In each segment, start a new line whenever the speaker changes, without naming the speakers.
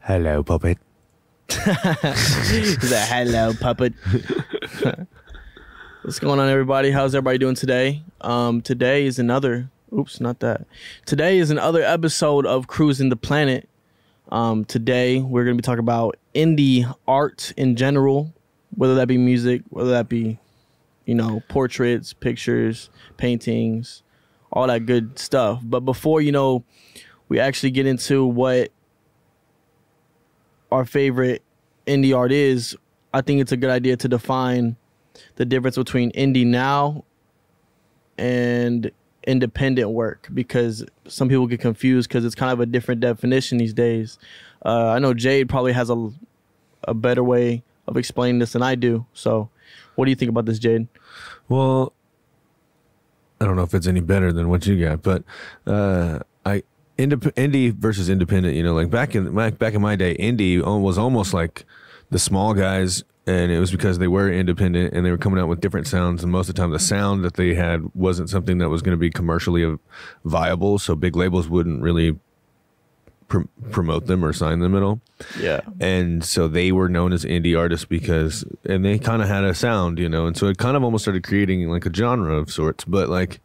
Hello, puppet.
He's a hello puppet. What's going on, everybody? How's everybody doing today? Um, today is another. Oops, not that. Today is another episode of Cruising the Planet. Um, today we're gonna be talking about indie art in general, whether that be music, whether that be, you know, portraits, pictures, paintings, all that good stuff. But before you know, we actually get into what our favorite indie art is, I think it's a good idea to define the difference between indie now and independent work because some people get confused because it's kind of a different definition these days. Uh, I know Jade probably has a a better way of explaining this than I do. So, what do you think about this, Jade?
Well, I don't know if it's any better than what you got, but uh, I indep- indie versus independent. You know, like back in my, back in my day, indie al- was almost like the small guys, and it was because they were independent and they were coming out with different sounds. And most of the time, the sound that they had wasn't something that was going to be commercially viable, so big labels wouldn't really pr- promote them or sign them at all.
Yeah.
and so they were known as indie artists because and they kind of had a sound you know and so it kind of almost started creating like a genre of sorts but like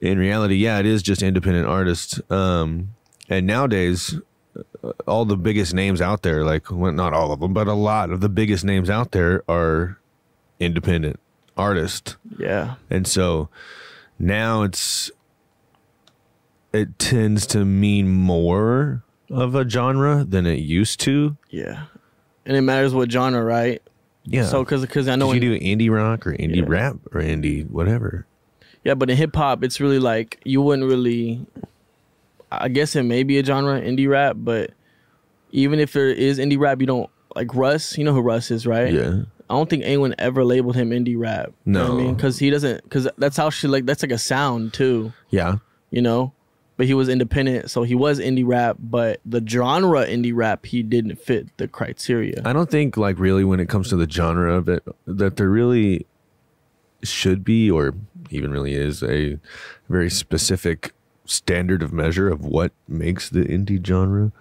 in reality yeah it is just independent artists um and nowadays uh, all the biggest names out there like well, not all of them but a lot of the biggest names out there are independent artists
Yeah.
and so now it's it tends to mean more of a genre than it used to
Yeah. And it matters what genre, right?
Yeah.
So, because I know
no,
in-
you do indie rock or indie
Yeah.
rap or indie whatever.
Yeah, but in hip hop, it's really like you wouldn't really. I guess it may be a genre, indie rap, but even if there is indie rap, you don't like Russ. You know who Russ is, right?
Yeah.
I don't think anyone ever labeled him indie rap. You know what I
No.
mean, because he doesn't. Because that's how she like. That's like a sound too.
Yeah.
You know. But he was independent, so he was indie rap. But the genre indie rap, he didn't fit the criteria.
I don't think like really when it comes to the genre of it that there really should be or even really is a very specific standard of measure of what makes the indie genre.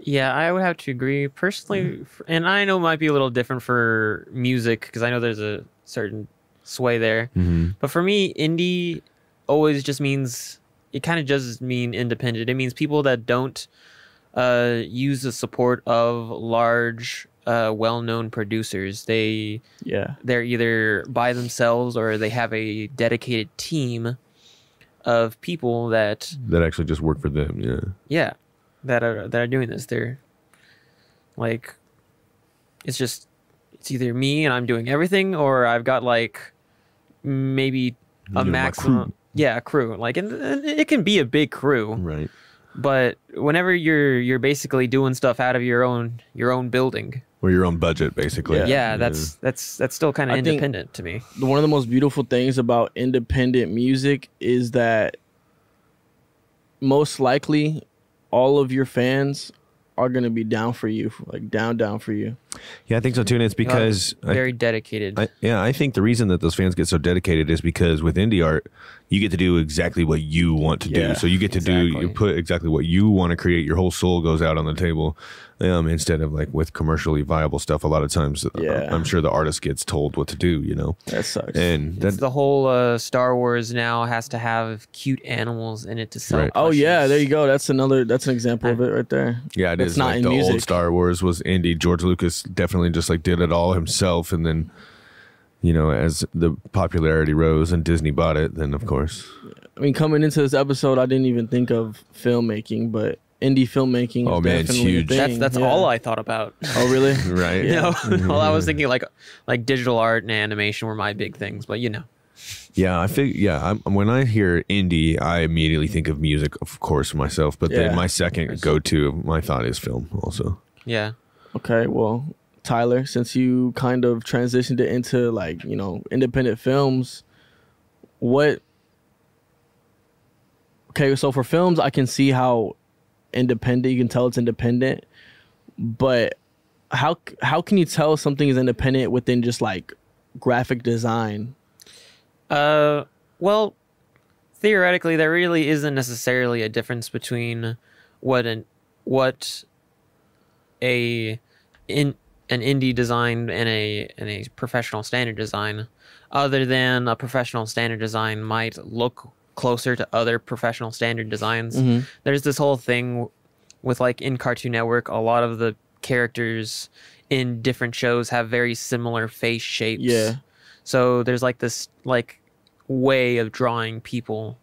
Yeah, I would have to agree personally, f- and I know it might be a little different for music because I know there's a certain sway there.
Mm-hmm.
But for me, indie always just means it kind of does mean independent. It means people that don't uh, use the support of large, uh, well-known producers. They
Yeah,
they're either by themselves or they have a dedicated team of people that
That actually just worked for them. Yeah.
yeah that are that are doing this they're like it's just it's either me and i'm doing everything or i've got like maybe
You know,
a
my
maximum yeah a crew like and, and it can be a big
crew.
crew
Right.
but whenever you're you're basically doing stuff out of your own your own building
Or your own budget basically.
yeah, that's that's that's still kind
I
of
think-
independent to me
one of the most beautiful things about independent music is that most likely all of your fans are going to be down for you like down down for you
Yeah, I think so too and it's
You know,
because I
very dedicated
I, yeah, I think the reason that those fans get so dedicated is because with indie art, you get to do exactly what you want to
Yeah,
do. So you get to do,
exactly.
you put exactly what you want to create. Your whole soul goes out on the table um, instead of like with commercially viable stuff. A lot of times, uh,
Yeah.
I'm sure the artist gets told what to do, you know?
that sucks
And
It's
that,
the whole uh, Star Wars now has to have cute animals in it to sell.
Right.
oh yeah
plushies.
there you go that's another that's an example of it right there
yeah, it
that's
is.
not
like
in
the
music.
old Star Wars was indie. George Lucas definitely just like did it all himself. And then, you know, as the popularity rose and Disney bought it, then of course.
i mean coming into this episode i didn't even think of filmmaking but indie filmmaking
Oh,
is
man, it's
definitely a
huge.
That's
thing,
that's
yeah.
all I thought about.
oh Mm-hmm. really
Right.
you know, well, I was thinking like like digital art and animation were my big things, but you know,
Yeah, I think yeah. I'm, when I hear indie, I immediately think of music, of course, myself. But
Yeah.
then my second go to, my thought is film, also.
yeah,
Okay, well, Tyler, since you kind of transitioned it into like, you know, independent films, what Okay, so for films I can see how independent, you can tell it's independent, but how c- how can you tell something is independent within just like graphic design?
Uh, well, theoretically, there really isn't necessarily a difference between what an what a in an indie design and a and a professional standard design, other than a professional standard design might look closer to other professional standard designs.
Mhm.
There's this whole thing with like in Cartoon Network, a lot of the characters in different shows have very similar face shapes.
Yeah.
So there's like this like way of drawing people.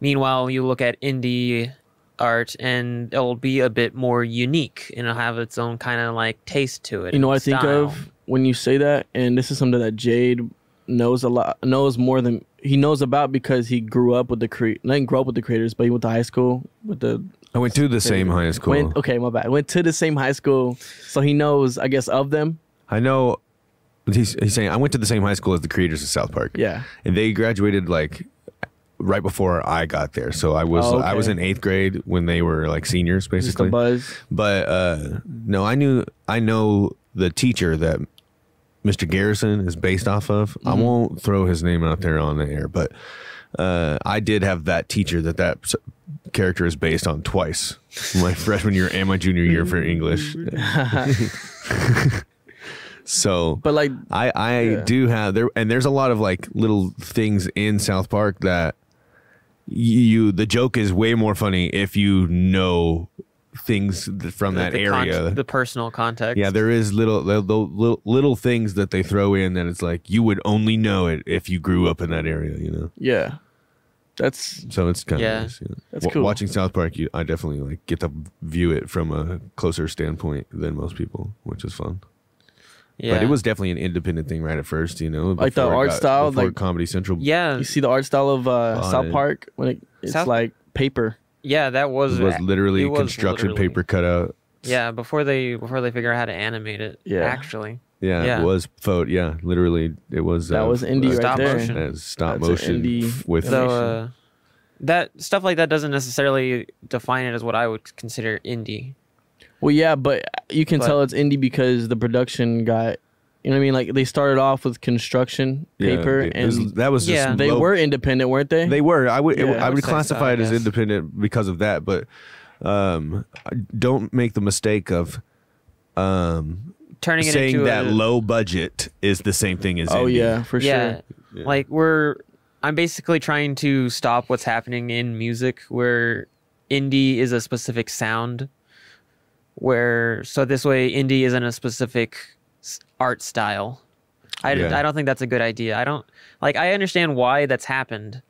Meanwhile, you look at indie art and it'll be a bit more unique and it'll have its own kind of like taste to it.
You know what
and
I think
style.
of when you say that, and this is something that Jade knows a lot, knows more than he knows about because he grew up with the cre. Not even grew up with the creators, but he went to high school with the.
I went to the same high school.
Went, okay, my bad. Went to the same high school, so he knows, I guess, of them.
I know. He's, he's saying I went to the same high school as the creators of South Park.
Yeah.
and they graduated like right before I got there. So I was
Oh,
I was
okay.
in eighth grade when they were like seniors,
Just a
basically.
buzz.
But uh, no, I knew I know the teacher that Mr. Garrison is based off of.
Mm-hmm.
I won't throw his name out there on the air, but uh, I did have that teacher that that s- character is based on twice. My freshman year and my junior year for English. so,
But like,
I I do have there, and there's a lot of like little things in South Park that you the joke is way more funny if you know things th- from that
the con-
area.
the personal context.
yeah, there is little, little little little things that they throw in that it's like you would only know it if you grew up in that area, you know.
yeah, that's
So it's kind of
Yeah.
nice. You know?
That's cool.
Watching South Park, you, I definitely like get to view it from a closer standpoint than most people, which is fun.
yeah.
But it was definitely an independent thing right at first, you know.
Like the
before it
art style,
before
like-
Comedy Central.
yeah,
you see the art style of uh,
Fine.
South Park when it, it's
South-
like paper.
yeah, that was
was, was literally
it was
construction
literally-
paper cut out.
Yeah, before they before they figure out how to animate it.
Yeah.
actually,
Yeah,
Yeah.
it was photo. Yeah, literally, it was.
That was indie right
Stop
there.
motion.
uh, stop
That's
motion
an indie
f- with
so
Animation.
uh, that stuff like that doesn't necessarily define it as what I would consider indie.
Well, yeah, but you can
But-
tell it's indie because the production got, you know what I mean? Like they started off with construction
yeah,
paper
it- it was-
and
that was
Yeah.
just
they
low-
were independent, weren't they?
They were. I would. it-
Yeah, I
I
would
would
say so,
classify it as
yes.
independent because of that. But um, don't make the mistake of um,
Turning it
saying
into
that
a,
low budget is the same thing as.
oh,
indie.
yeah, for
yeah,
sure.
Yeah.
like we're. I'm basically trying to stop what's happening in music, where indie is a specific sound. Where so this way, indie isn't a specific s- art style. I,
Yeah.
I don't think that's a good idea. I don't like. I understand why that's happened,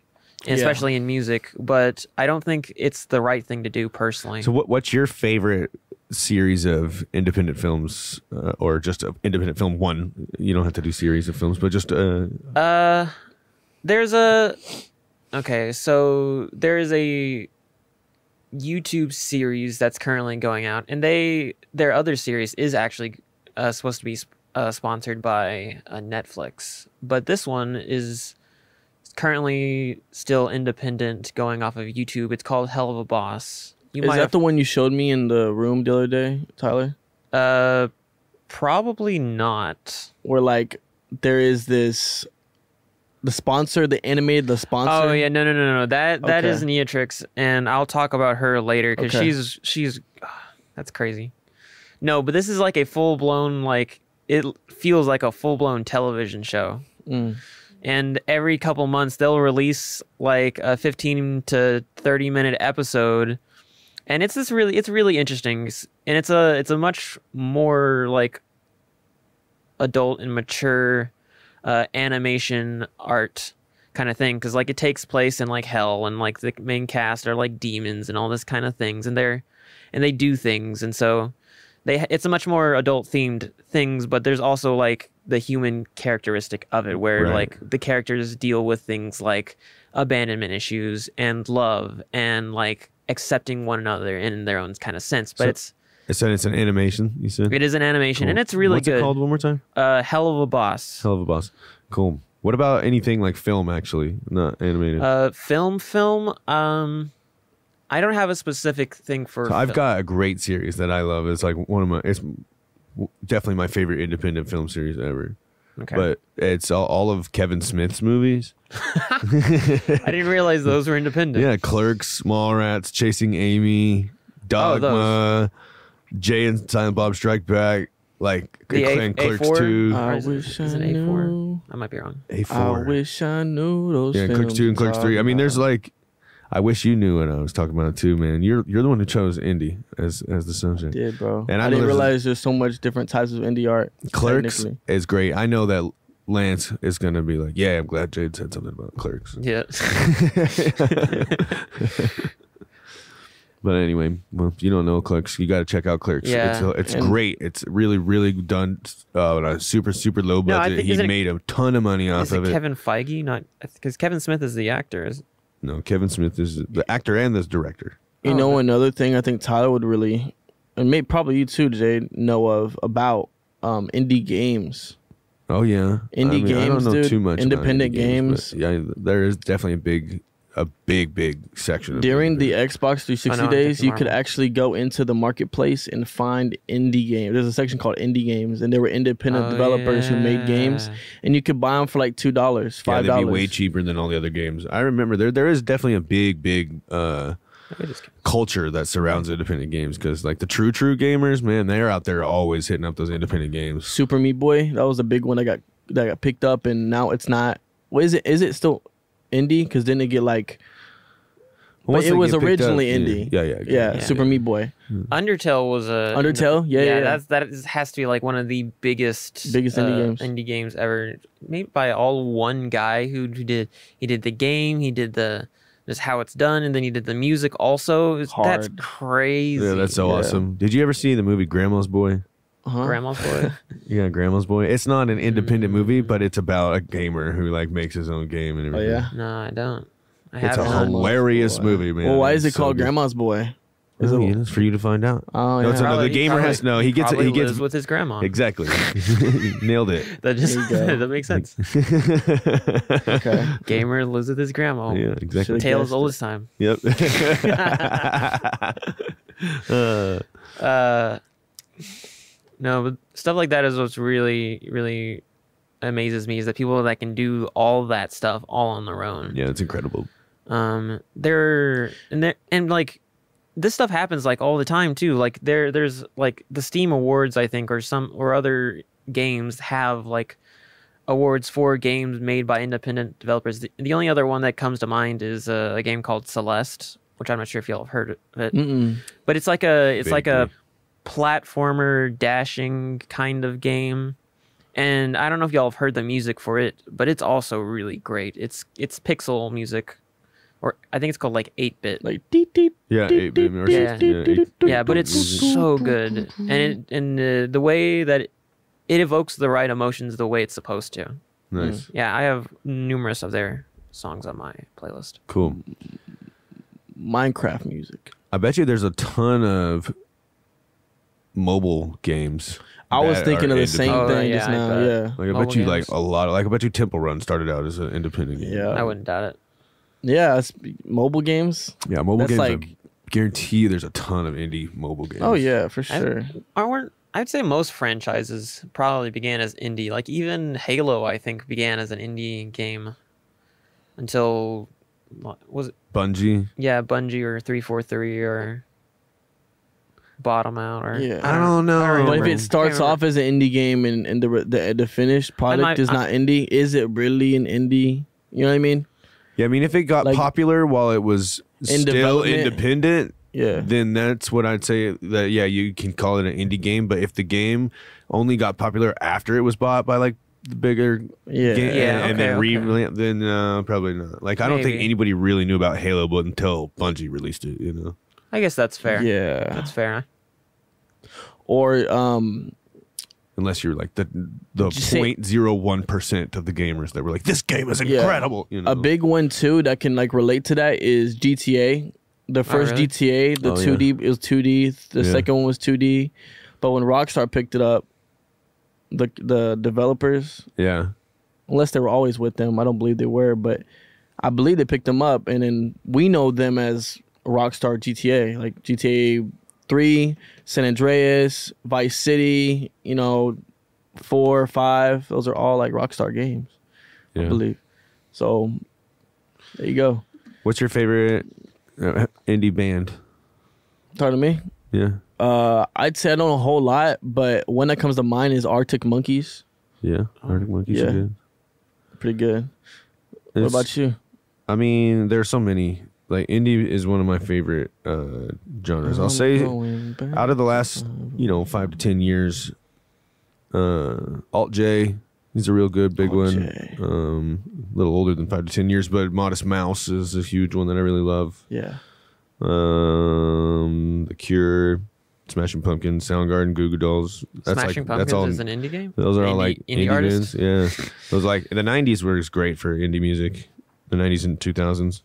Yeah.
especially in music, but I don't think it's the right thing to do personally.
So what what's your favorite series of independent films uh, or just a independent film one? You don't have to do series of films, but just uh,
Uh, there's a okay. So there is a YouTube series that's currently going out, and they their other series is actually uh, supposed to be sp- uh, sponsored by uh, Netflix, but this one is currently still independent, going off of YouTube. It's called Hell of a Boss. You
Is
might
that
have,
the one you showed me in the room the other day, Tyler?
uh probably not.
Where like there is this, the sponsor, the animated, the sponsor.
Oh yeah, no, no, no, no. That that
Okay.
is Neatrix, and I'll talk about her later because
Okay.
she's she's ah, that's crazy. No, but this is like a full blown like it feels like a full blown television show,
Mm.
and every couple months they'll release like a fifteen to thirty minute episode, and it's this really it's really interesting, s- and it's a it's a much more like adult and mature uh, animation art kind of thing because like it takes place in like hell and like the main cast are like demons and all this kind of things and they're and they do things and so they it's a much more adult themed things but there's also like the human characteristic of it where
Right.
like the characters deal with things like abandonment issues and love and like accepting one another in their own kind of sense but
So-
it's
it said it's an animation. You said
it is an animation
Cool.
and it's really
What's
good
it called one more time?
uh hell of a boss
Hell of a boss. Cool. What about anything like film actually, not animated?
Uh, film, film. Um, I don't have a specific thing for.
So I've
film.
got a great series that I love. It's like one of my. It's w- definitely my favorite independent film series ever.
Okay.
But it's all, all of Kevin Smith's movies.
I didn't realize those were independent.
Yeah, Clerks, Mallrats, Chasing Amy,
Oh, those.
Dogma, Jay and Silent Bob Strike Back, like
The A-
and Clerks
A4?
Two,
Uh,
I
is it-
wish
is
I
it A4?
knew.
I might be wrong.
A
I
Four,
wish I knew those.
yeah, Clerks Two and
films
Clerks
are
Three. I mean, there's
about-
like, I wish you knew what I was talking about too, man. You're you're the one who chose Indy as as the subject.
Yeah, bro.
And I
I,
know
didn't
there's a-
realize there's so much different types of indie art.
Clerks
technically.
is great. I know that Lance is gonna be like, yeah, I'm glad Jade said something about Clerks.
Yeah.
But anyway, well, if you don't know Clerks, you got to check out Clerks.
Yeah,
it's, it's
and-
great. It's really, really done uh, on a super, super low
No, I
budget.
think-
he
isn't it-
made a ton of money off
is it
of it.
Kevin Feige? Not because Kevin Smith is the actor. Is,
no, Kevin Smith is the actor and the director.
You
Oh,
know,
okay.
another thing I think Tyler would really, and maybe probably you too, Jade, know of about um, indie games.
Oh yeah,
Indie
I don't
games,
know
dude.
too much. about
Independent
indie but yeah, there is definitely a big, a big, big section of
During
indie
the
games.
Xbox 360
I know, I'm
days,
thinking
you could
Marvel.
actually go into the marketplace and find indie games. There's a section called indie games, and there were independent
Oh,
developers who made games,
yeah.
and you could buy them for like two dollars,
yeah,
five
they'd be
dollars.
way cheaper than all the other games. I remember there there is definitely a big, big. uh
I just-
culture that surrounds independent games because like the true true gamers man they're out there always hitting up those independent games
Super Meat Boy, that was a big one that got that got picked up, and now it's not. What is it? Is it still indie? Because then it get like
Once
it
they
was
get picked
originally
yeah.
indie.
Yeah, yeah,
yeah, Super Meat Boy,
Hmm.
Undertale was a
Undertale, yeah, yeah, yeah.
That's that is, has to be like one of the biggest uh,
Biggest indie games.
indie games ever, made by all one guy who, who did he did the game, he did the just how it's done, and then he did the music also. It's- That's
Hard.
crazy.
Yeah, that's so
Yeah.
awesome. Did you ever see the movie Grandma's Boy?
huh?
Grandma's boy.
Yeah, Grandma's Boy. It's not an independent movie, but it's about a gamer who like makes his own game and
Mm. Oh
everything.
yeah.
no, I don't. I
It's a
haven't.
Grandma's
hilarious
Boy.
movie, man.
well, why is it
It's so
called
good.
Grandma's Boy? Is
Oh,
it-
yeah, it's for you to find out. No,
Oh yeah.
it's another- the
he
gamer has- no, he gets- he
probably
gets-
lives with his grandma.
Exactly. Nailed
That just
There you go.
that makes sense.
it.
okay.
Gamer lives with his grandma.
Oh,
Yeah, exactly.
I
Tales
guessed it.
oldest time.
Yep. Uh,
Uh, no, but stuff like that is what's really, really amazes me is that people that can do all that stuff all on their own.
yeah, it's incredible.
Um, they're and they are and like this stuff happens like all the time too. Like there, there's like the Steam Awards, I think, or some or other games have like awards for games made by independent developers. The, the only other one that comes to mind is uh, a game called Celeste, which I'm not sure if y'all have heard of it
Mm-mm.
but it's like a it's like a platformer dashing kind of game and i don't know if y'all have heard the music for it but it's also really great it's it's pixel music or i think it's called like 8-bit
Like deet, deet,
Yeah,
deet,
eight
deet,
bit or
yeah.
six- yeah, eight-
yeah but it's
music.
so good and it and uh, the way that it, it evokes the right emotions the way it's supposed to
Mm.
nice,
yeah i have numerous of their songs on my playlist
cool.
Minecraft music.
I bet you there's a ton of mobile games.
I was
that
thinking
are
of the same
independent.
Oh,
thing
yeah,
just
I
now.
bet.
Yeah.
Like I bet
Mobile
you like
games.
a lot. Of, like I bet you Temple Run started out as an independent game.
Yeah.
i wouldn't doubt it
Yeah. It's mobile games.
yeah. Mobile
That's
games.
like-
I guarantee you, there's a ton of indie mobile games.
Oh yeah, for
I-
sure.
aren't I'd say most franchises probably began as indie. Like even Halo, I think began as an indie game until what was it?
Bungie.
yeah Bungie or three four three or Bottom Out or
Yeah.
I don't know.
I don't
But if
remember.
it starts
remember.
off as an indie game and, and the, re- the the finished product
might-
is
I-
not indie, is it really an indie? You know what I mean?
Yeah, I mean, if it got
Like-
popular while it was
In
still
development?
independent,
Yeah.
then that's what I'd say. That yeah, you can call it an indie game. But if the game only got popular after it was bought by like the bigger
Yeah.
game,
Yeah,
and, and
okay,
then re
okay.
rela- then uh, probably not. Like I don't think
Maybe.
anybody really knew about Halo, but until Bungie released it, you know.
I guess that's fair.
Yeah.
that's fair.
Or um
Unless you're like the the
Just say-
point zero one percent of the gamers that were like, this game is
Yeah.
incredible. You know?
a big one too that can like relate to that is GTA. The first
really?
GTA, the
Oh,
two D it was two D. The
Yeah.
second one was two D, but when Rockstar picked it up, the the developers,
yeah.
unless they were always with them, I don't believe they were, but I believe they picked them up, and then we know them as Rockstar GTA, like GTA Three, San Andreas, Vice City, you know, four, five. Those are all like Rockstar games, I
Yeah.
believe. So there you go.
What's your favorite uh, indie band?
Talking to me.
Yeah.
Uh, I'd say I don't know a whole lot, but one that comes to mind is Arctic Monkeys.
Yeah. Arctic Monkeys.
Um, yeah.
are good.
Pretty good. what
It's-
about you?
I mean, there's so many. Like indie is one of my favorite uh, genres.
Um,
I'll say
Going back.
out of the last you know five to ten years, uh, Alt J, he's a real good big
Alt
one.
J.
Um, a little older than five to ten years, but Modest Mouse is a huge one that I really love.
yeah,
Um, The Cure, Smashing Pumpkins, Soundgarden, Goo Goo Dolls. That's
Smashing
like,
Pumpkins
that's all,
is an indie game.
Those are all
Indie-
like
indie artists?
bands. Yeah, those like the '90s were just great for indie music. The '90s and 2000s.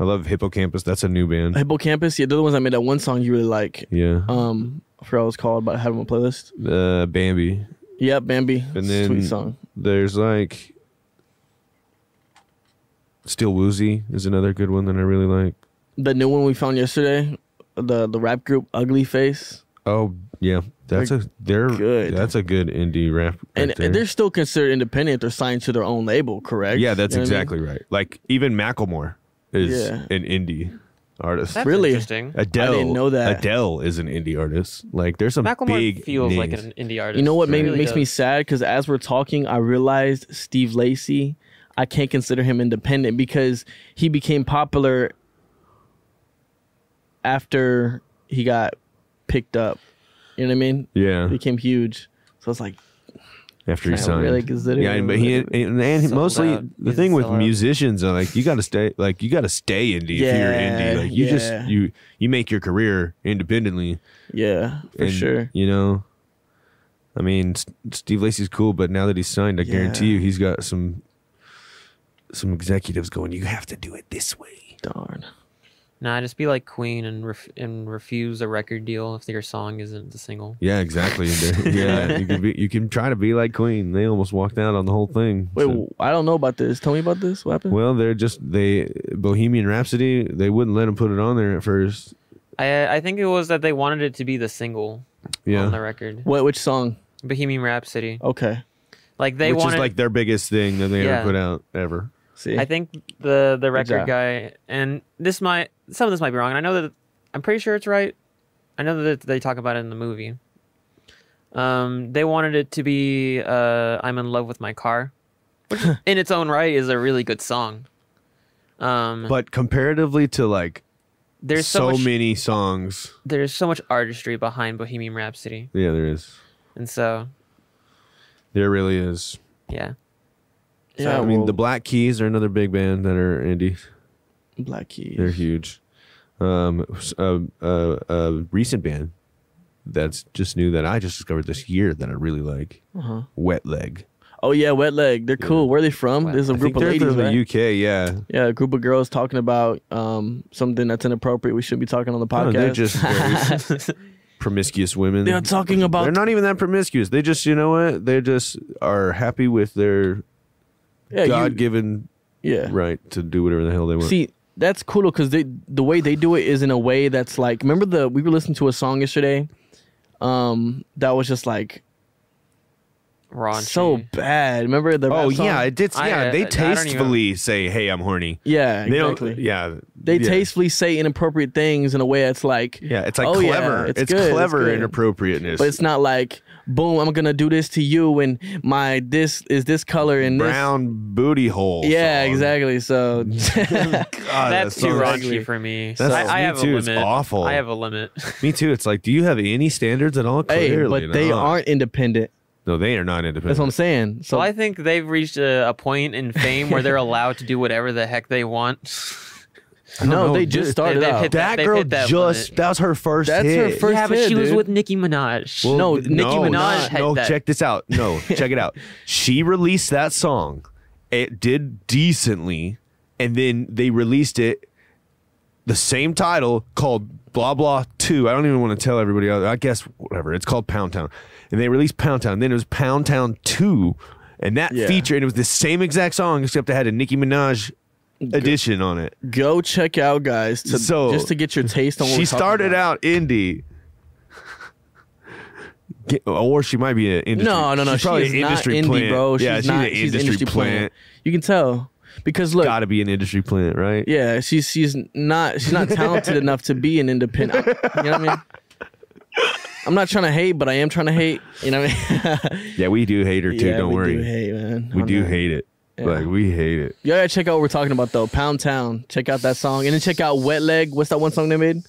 I love Hippocampus. That's a new band.
Hippocampus. Yeah, they're the ones that made that one song you really like.
Yeah,
Um, I forgot what it's called, but I have it on my playlist.
uh, Bambi.
Yeah, Bambi.
And
It's a sweet
then-
song.
There's like Still Woozy is another good one that I really like.
The new one we found yesterday, the the rap group Ugly Face,
Oh yeah, that's a they're
good.
That's a good indie rap.
and,
right
and
there.
they're still considered independent. if They're signed to their own label, correct?
yeah, that's
You know what I mean?
exactly right. Like even Macklemore is
Yeah.
an indie artist.
That's
Really?
interesting.
Adele.
know that.
Adele is an indie artist. Like there's some
Macklemore
big
feels like
names.
an indie artist.
You know what
He
made,
really
makes me
does.
sad? Because as we're talking, I realized Steve Lacy, I can't consider him independent because he became popular after he got picked up. You know what I mean?
yeah.
He became huge. So it's like,
After he
Kinda
signed,
really consider
yeah,
him
but he
like-
and, and, and
Sold
mostly
out.
the
He's a
thing with
sellout.
musicians are like you got to stay, like you got to stay indie if you're
Yeah,
indie. Like you
yeah.
just you you make your career independently
yeah, for
and,
sure.
You know, I mean, S- Steve Lacy's cool, but now that he's signed, I guarantee
Yeah.
you he's got some some executives going. You have to do it this way.
Darn.
Nah, just be like Queen and ref- and refuse a record deal if your song isn't the single.
Yeah, exactly. yeah, you can be, you can try to be like Queen. They almost walked out on the whole thing.
Wait,
So-
w I don't know about this. Tell me about this. What happened?
Well, they're just they Bohemian Rhapsody. They wouldn't let him put it on there at first.
I I think it was that they wanted it to be the single on the
Yeah,
record.
What? Which song?
Bohemian Rhapsody.
Okay.
Like they
which
wanted.
is like their biggest thing that they
Yeah.
ever put out ever.
See.
I think the the
job.
record guy and this might some of this might be wrong. And I know that I'm pretty sure it's right. I know that they talk about it in the movie. Um, they wanted it to be uh, "I'm in love with my car," which in its own right is a really good song. Um, but
But comparatively to like
there's so,
so,
much,
many songs,
there's so much artistry behind Bohemian Rhapsody,
yeah, there is.
and so
There really is.
yeah,
yeah,
I mean,
well,
the Black Keys are another big band that are indie.
Black Keys.
They're huge. Um, s- a, a, a recent band that's just new that I just discovered this year that I really like,
Uh-huh.
Wet Leg.
Oh yeah, Wet Leg. They're cool. Where are they from?
Wet
There's a
I
group
think
of
they're
ladies,
from
right?
the UK. Yeah,
Yeah, a group of girls talking about um, something that's inappropriate. We shouldn't be talking on the podcast.
No, they're just very promiscuous women.
They are talking about-
They're not even that promiscuous. They just, you know what? They just are happy with their
yeah, you-
God-given
yeah.
right to do whatever the hell they want.
See, that's cool because they the way they do it is in a way that's like. Remember the we were listening to a song yesterday, um, that was just like
raunchy.
so bad. Remember the
oh
rap song? uh,
yeah, it did.
I-
Yeah, they
I don't even-
tastefully say, "Hey, I'm horny."
yeah,
They don't-
exactly.
Yeah,
They
yeah.
tastefully say inappropriate things in a way that's like
Yeah, it's like
Oh, yeah,
clever.
it's
it's
good, it's
clever
good.
inappropriateness.
but it's not like boom i'm gonna do this to you and my this is this color and
brown booty hole.
this yeah
song.
exactly so
God, that
That's too
song's-
raunchy for me.
That's-
I, I
me
have
too,
a
it's
limit.
awful.
I have a limit.
Me too. It's like, do you have any standards at all?
hey
Clearly
but they
not.
aren't independent
No, they are not independent.
that's what i'm saying so
Well, I think they've reached a, a point in fame where they're allowed to do whatever the heck they want.
I don't
no
know,
they
dude.
just started
They- they
out
hit
that
they've
girl
hit that
just
limit.
that was her first
That's her
hit.
first
yeah, but
hit,
she was
dude.
with Nicki Minaj.
Well,
No, Nicki
Minaj had
No,
that.
check this out. No, check it out. She released that song. It did decently, and then they released it the same title called Blah Blah Two. I don't even want to tell everybody. else. I guess whatever. It's called Pound Town, and they released Pound Town. Then it was Pound Town Two, and that
Yeah.
feature, and it was the same exact song except it had a Nicki Minaj edition on it.
go check out guys to,
So-
just to get your taste on what
she
we're talking
started
about.
out indie. Get- or she might be an industry.
no no no
she's probably
she is
an industry
not indie
plant.
bro she's
yeah, she's
not
an
she's
industry, plant.
you can tell because look
Got to be an industry plant, right?
yeah she's she's not she's not talented enough to be an independent you know what i mean I'm not trying to hate, but I am trying to hate. You know what I mean?
Yeah, we do hate her too.
Yeah,
don't
we
worry.
do hate, man.
we
I'm
do
not-
hate it.
Yeah.
Like we hate it.
You gotta check out what we're talking about though. Pound Town. Check out that song. And then check out Wet Leg. What's that one song they made?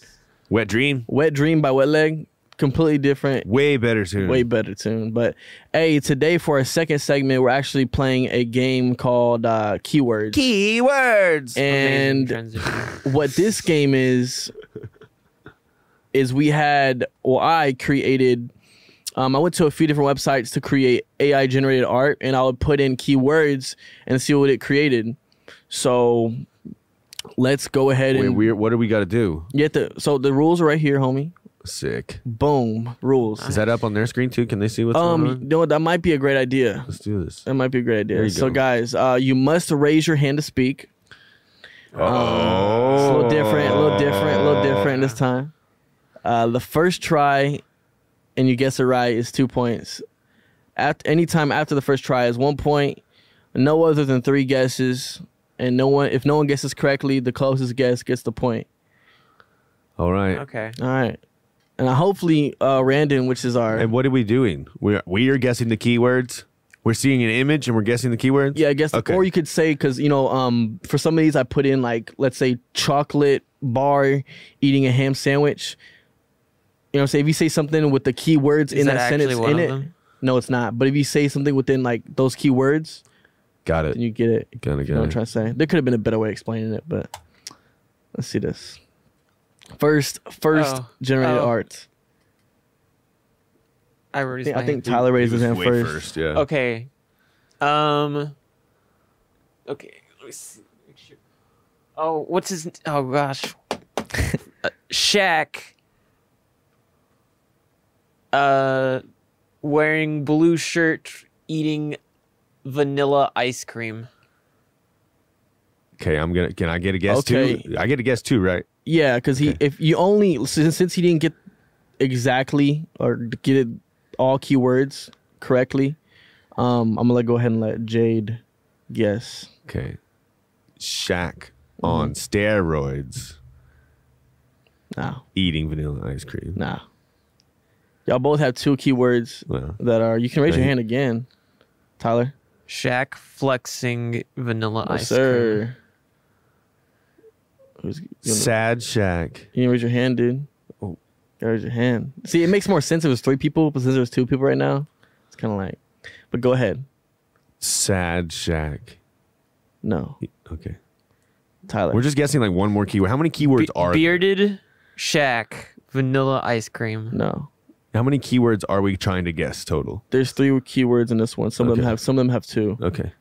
Wet Dream,
Wet Dream by Wet Leg. Completely different.
way better too.
way better tune. But hey, today for our second segment, we're actually playing a game called uh, Keywords.
Keywords.
Amazing
And
transition.
what this game is, is we had, or I created, um, I went to a few different websites to create AI generated art, and I would put in keywords and see what it created. So let's go ahead
Wait,
and.
we what do we got to do?
you have to, so the rules are right here, homie.
Sick.
Boom, rules.
Is that up on their screen too? Can they see what's
Um, uh,
going
you
on?
know what? That might be a great idea.
Let's do this.
That might be a great
There you
idea. So,
go.
guys, uh, you must raise your hand to speak. Um,
oh,
It's a little different, a little different, a little different this time. Uh, the first try, and you guess it right, is two points. At any time after the first try is one point. No other than three guesses, and no one. If no one guesses correctly, the closest guess gets the point.
All right.
okay.
All right, and I hopefully uh, Randon, which is our
And what are we doing? We are, we are guessing the keywords. We're seeing an image and we're guessing the keywords.
Yeah, I guess.
Okay.
Or you could say because you know, um, for some of these, I put in like let's say chocolate bar eating a ham sandwich. You know, say if you say something with the key words
Is
in
that
that, sentence
actually
in
one of
it,
them?
no, it's not. But if you say something within like those key words,
Got
then
it.
you get it.
Got it.
You know what I'm
Got
trying
it.
to say? There could have been a better way of explaining it, but let's see this. First, first
Oh.
generated
Oh.
art.
I
I
raised
think,
my
I think
hand.
Tyler raised his hand
Way
first.
Yeah.
Okay. Um. Okay. Let me see. Make sure. Oh, what's his? Oh gosh. uh, Shaq. Uh, wearing blue shirt, eating vanilla ice cream.
Okay. I'm gonna. Can I get a guess too?
Okay.
I get a guess too, right?
Yeah, because he
Okay.
if you only since, since he didn't get exactly or get it all keywords correctly, um, I'm gonna let, go ahead and let Jade guess.
Okay. Shaq
Mm-hmm.
on steroids,
Nah,
eating vanilla ice cream.
nah. Y'all both have two keywords
Well,
that are. You can raise your
Right.
hand again, Tyler.
Shaq flexing vanilla
Yes,
ice cream.
sir. Who's, you, wanna-
sad Shaq.
you didn't raise your hand, dude.
Oh.
You raise your hand. See, it makes more sense if it was three people, but since there's two people right now, it's kind of like. But go ahead.
Sad Shaq.
No,
Okay.
Tyler.
We're just guessing like one more keyword. How many keywords
Be-
are?
bearded Shaq vanilla ice cream.
No.
How many keywords are we trying to guess total?
There's three keywords in this one. Some of them
Okay.
have some of them have two.
Okay.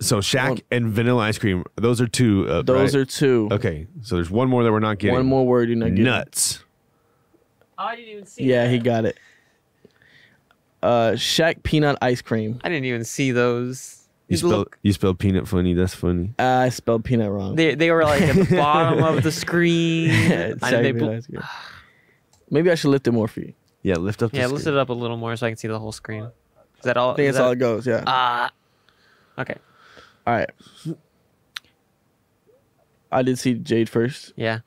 So Shaq
One-
and vanilla ice cream. Those are two. Uh,
Those are two.
okay. So there's one more that we're not getting.
One more word you not getting.
Nuts.
I didn't even see.
Yeah, he got it. Uh Shaq peanut ice cream.
I didn't even see those.
You
These
spelled
look-
you spelled peanut funny. That's funny.
Ah, I spelled peanut wrong.
They they were like at the bottom of the screen.
Shaq
I know they bl-
peanut ice cream. Maybe I should lift it more for you.
Yeah. Lift up.
yeah, lift it up a little more so I can see the whole screen. Is that all?
I think
is
that's
that-
all it goes, yeah.
Ah. okay.
all right. I did see Jade first.
Yeah.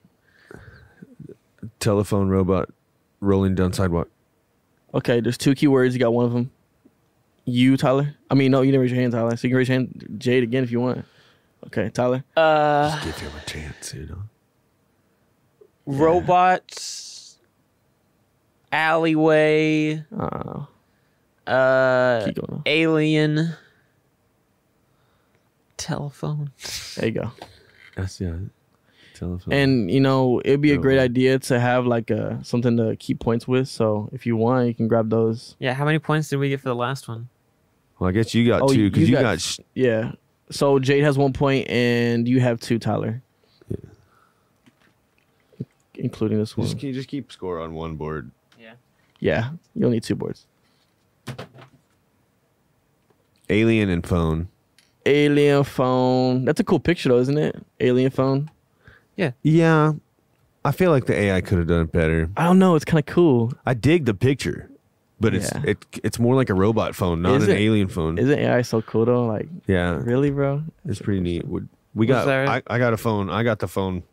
Telephone robot rolling down sidewalk.
Okay, there's two keywords. You got one of them. You, Tyler. I mean, no, you didn't raise your hand, Tyler. So you can raise your hand, Jade, again if you want. Okay, Tyler.
Uh,
Give him a chance, you know.
robots. Alleyway.
Uh,
Uh,
keep going. On.
alien. Telephone.
There you go.
That's yeah. Telephone.
And you know, it'd be a
Yeah,
great
well.
idea to have like a something to keep points with. So if you want, you can grab those.
Yeah. How many points did we get for the last one?
well, I guess you got
Oh,
two because
you
you,
got-
got, sh-
Yeah. So Jade has one point, and you have two, Tyler. Including this one.
just, you just keep score on one board.
Yeah, you'll need two boards.
Alien and phone.
Alien phone. That's a cool picture, though, isn't it? Alien phone.
Yeah, I feel like the AI could have done it better.
I don't know. It's kind of cool.
I dig the picture, but it's
Yeah.
it it's more like a robot phone, not
Is
an
it?
alien phone.
Isn't AI so cool though? Like,
yeah,
really, bro?
it's pretty neat. We- We
Was
got
there-
I, I got a phone. I got the phone.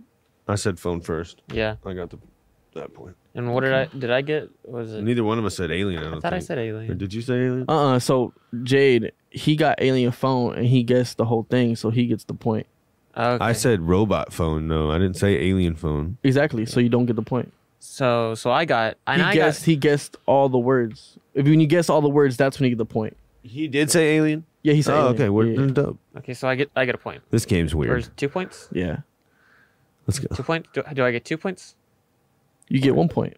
I said phone first.
Yeah.
I got the that point.
And what did I did I get? Was it?
Neither one of us said alien. I,
I
don't
thought I
think.
said
Or
alien.
did you say alien?
Uh uh So Jade, he got alien phone and he guessed the whole thing, so he gets the point.
Okay.
I said robot phone. No, I didn't say alien phone.
Exactly. So you don't get the point.
so. So I got and
he
I
guessed.
got
He guessed all the words. If when you guess all the words, that's when you get the point.
He did say alien.
Yeah, he said.
oh,
alien.
okay. We're
yeah.
dope.
okay. So I get I get a point.
This game's
Or
weird.
is it two points?
yeah.
Let's go.
Two points? Do, do I get two points?
You get one point.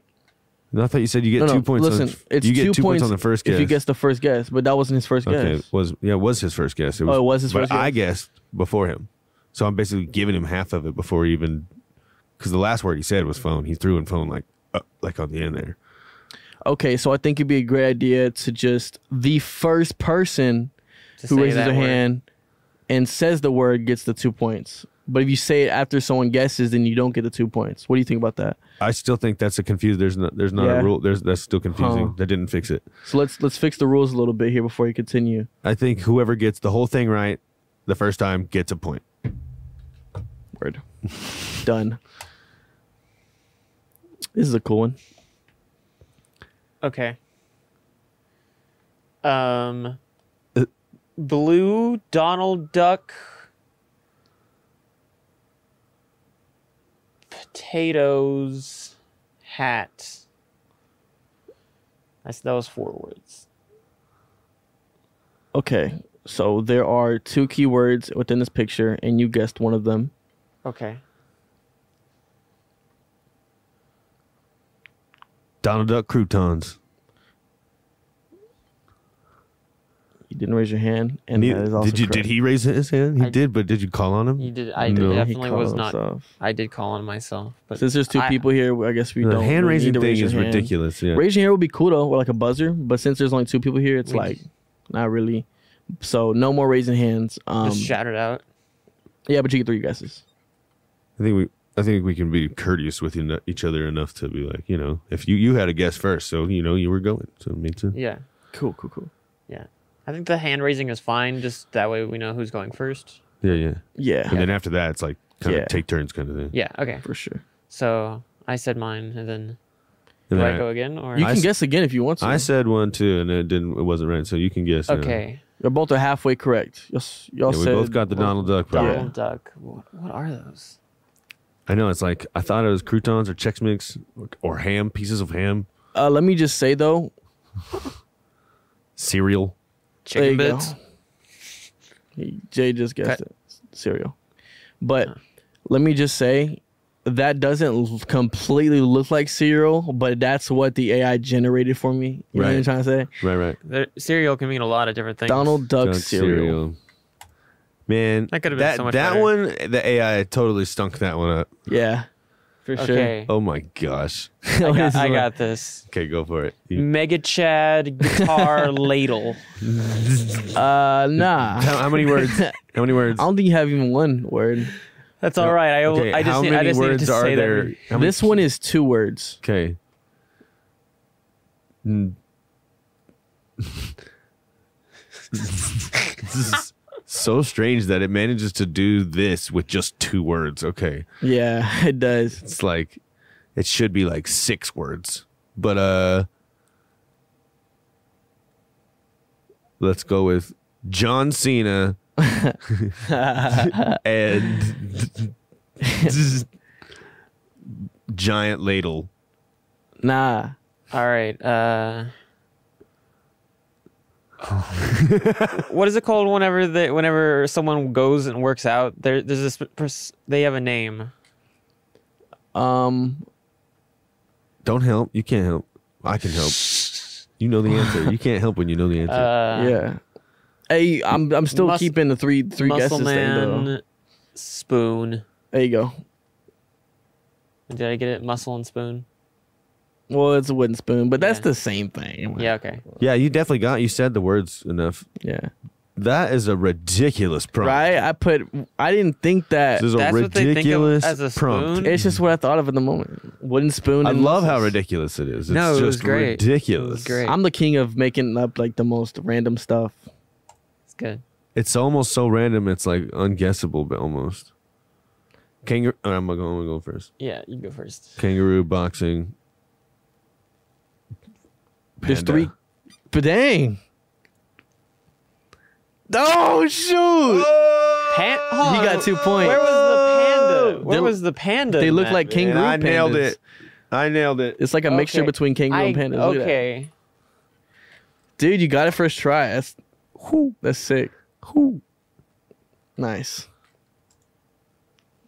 No, I thought you said you get
No, no,
two points. on,
listen,
the-
it's
you get
two
two points
points
on the first guess.
If you guess the first guess, but that wasn't his first
okay,
guess.
was yeah, it was his first guess.
Oh, it was his
but
first
I guessed before him, so I'm basically giving him half of it before he even because the last word he said was phone. He threw in phone like uh, like on the end there.
Okay, so I think it'd be a great idea to just the first person
To
who
say
raises
that
their
word?
hand and says the word gets the two points. But if you say it after someone guesses, then you don't get the two points. What do you think about that?
I still think that's a confused. There's not there's not
Yeah.
a rule. There's that's still confusing.
Huh.
That didn't fix it.
So let's let's fix the rules a little bit here before you continue.
I think whoever gets the whole thing right the first time gets a point.
Word. Done. This is a cool one.
Okay. Um,
Uh.
blue Donald Duck potatoes hat. That's that was four words.
Okay. So there are two keywords within this picture and you guessed one of them.
Okay.
Donald Duck croutons.
You didn't raise your hand and
Ne-
that is also
did you did
correct.
he raise his hand? He
I-
did, but did you call on him?
You did. I
No. He
definitely was
called
not.
himself.
I did call on myself, but
Since there's two
I-
people here, I guess we
the
don't.
hand
really
raising
need to
thing
raise your
is
hand.
ridiculous. Yeah.
Raising your hand would be cool though, or like a buzzer. But since there's only two people here, it's
We-
like not really. So no more raising hands. Um,
just shouted out.
yeah, but you get three guesses.
I think we I think we can be courteous with eno- each other enough to be like, you know, if you you had a guess first, so you know you were going, so it makes sense.
Yeah,
Cool, cool, cool.
yeah. I think the hand raising is fine. Just that way we know who's going first.
Yeah, yeah.
Yeah,
And then after that, it's like kind
Yeah.
of take turns kind of thing.
Yeah. Okay.
for sure. So
So I said mine, and then
And
do
then
I
I,
go again? Or
you
I
can
s-
guess again if you want to.
I said one too, and it didn't. It wasn't right, so you can guess. now.
okay,
You're both are halfway correct. Y'all, s- y'all
Yeah, we
said
both got the Donald Duck. part.
Donald Duck. What, what are those?
I know it's like I thought it was croutons or Chex Mix or, or ham, pieces of ham,
Uh, let me just say though,
cereal.
there you
Chicken
go.
bits.
He- Jay just guessed
Okay.
it. S- Cereal, but let me just say. That doesn't l- completely look like cereal, but that's what the AI generated for me. You know what I'm
Right.
trying to say?
Right, right.
There, cereal can mean a lot of different things.
Donald Duck,
Duck
cereal.
Man,
That could've been
that,
so much
that
better.
one. The AI totally stunk that one up.
Yeah, for
Okay.
Oh my gosh.
sure.
I,
This
got,
is
I
what-
got this.
Okay, go for it. You-
Mega Chad guitar ladle.
Uh, nah.
how, how many words? How many words?
I don't think you have even one word.
That's all right. I,
Okay,
I just
how
need,
many
I just needed
words
to
are
say
there?
that.
How many-
This one is two words.
Okay. Mm. this is so strange that it manages to do this with just two words. Okay.
Yeah, it does.
It's like it should be like six words. But uh let's go with John Cena and giant ladle.
Nah.
All right. Uh, what is it called? Whenever they, whenever someone goes and works out, there, there's this. Pers- they have a name.
Um,
Don't help. You can't help. I can help. You know the answer. You can't help when you know the answer.
Uh,
yeah. Hey, I'm I'm still
Mus-
keeping the three three
Muscle
guesses thing though.
Man Spoon.
There you go.
Did I get it? Muscle and Spoon.
Well, it's a wooden spoon, but that's
Yeah.
the same thing.
Yeah. Okay.
yeah, you definitely got. You said the words enough.
Yeah.
That is a ridiculous prompt.
Right. I put. I didn't think that.
This is a
That's what they think of
ridiculous
as a
prompt.
spoon?
It's just what I thought of at the moment. Wooden spoon.
I
and
love how
muscles.
ridiculous it is. It's
No, it was
just
great.
ridiculous.
It was great.
I'm the king of making up like the most random stuff.
It's good.
It's almost so random. It's like unguessable, but almost. Kangaroo. I'm gonna go, I'm gonna go first.
Yeah. You go first.
Kangaroo boxing.
There's
Panda.
three. But dang. Oh shoot!
Pan- oh,
He got two points.
Where was the panda? Where
They-
was the panda?
they
in
look
that,
like
man?
kangaroo
And I nailed
pandas.
it. I nailed it.
It's like a mixture
Okay.
between kangaroo and
I-
pandas. Look at that.
Okay.
Dude, you got it first try. That's whew, that's sick. Whew. Nice.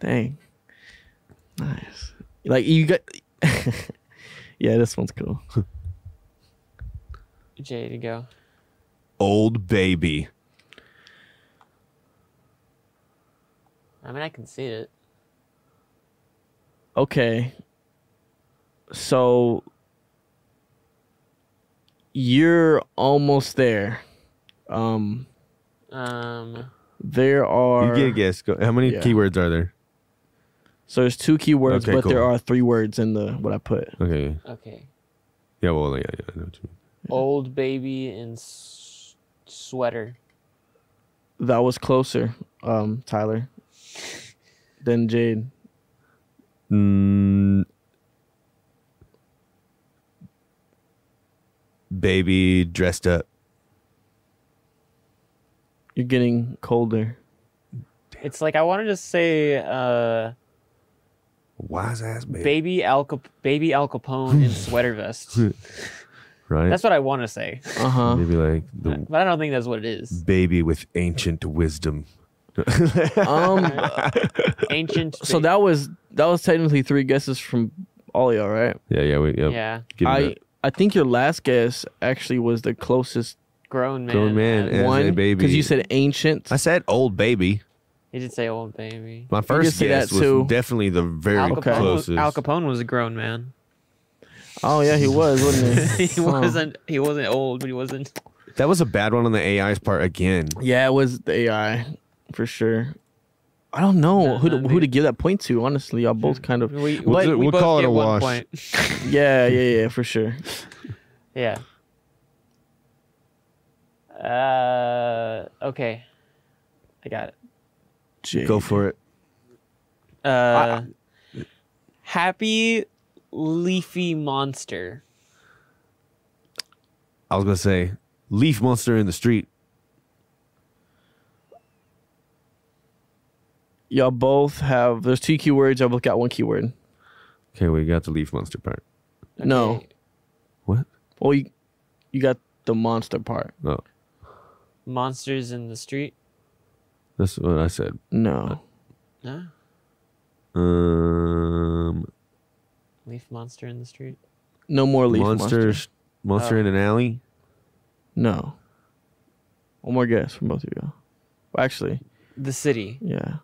Dang. Nice. Like you got Yeah, this one's cool.
Jay to go.
Old baby.
I mean, I can see it.
Okay. So you're almost there. Um
Um,
there are
you get a guess. Go, how many
Yeah.
keywords are there?
so there's two keywords,
Okay,
but there
cool.
are three words in the what I put.
Okay.
okay.
Yeah. Well. Yeah. yeah I know what you mean.
Old baby and s- sweater.
That was closer, um, Tyler, than Jade.
Mm, baby dressed up.
You're getting colder.
It's like I wanted to say uh,
Wise ass baby.
baby Al Cap- baby Al Capone in sweater vest.
right?
That's what I want to say,
Uh huh.
Maybe like the
but I don't think that's what it is.
baby with ancient wisdom.
Um.
Ancient.
So
ba-
that was that was technically three guesses from all y'all, right?
Yeah. Yeah. We, yeah.
yeah,
Give me
I
that.
I think your last guess actually was the closest
grown man.
Grown man
yeah.
and- As a
one
baby.
because you said ancient.
I said old baby.
He did say old baby.
My first
say that
guess was
too.
definitely the very
Al Capone,
closest.
Al Capone was a grown man.
Oh yeah, he was, wasn't he?
he
Huh.
wasn't. He wasn't old, but he wasn't.
That was a bad one on the AI's part again.
Yeah, it was the AI for sure. I don't know
No,
who to,
no,
who to
they-
give that point to. Honestly, y'all both kind of.
We,
We'll
but
do-
we
we'll
both
call it
get
a
one
wash.
Point.
Yeah, yeah, yeah, for sure.
Yeah. Uh. Okay. I got it.
Jade.
Go for it.
Uh, happy leafy monster.
I was gonna say leaf monster in the street.
Y'all both have. There's two keywords. Y'all both got one keyword.
Okay, we got the leaf monster part.
No.
Okay.
What?
Well, you, you got the monster part.
Oh,
Monsters in the street.
that's what I said.
No.
No.
Um,
Leaf monster in the street.
No more leaf monster.
monster, monster,
Oh.
in an alley.
No. One more guess from both of you. Well, actually,
The city.
yeah.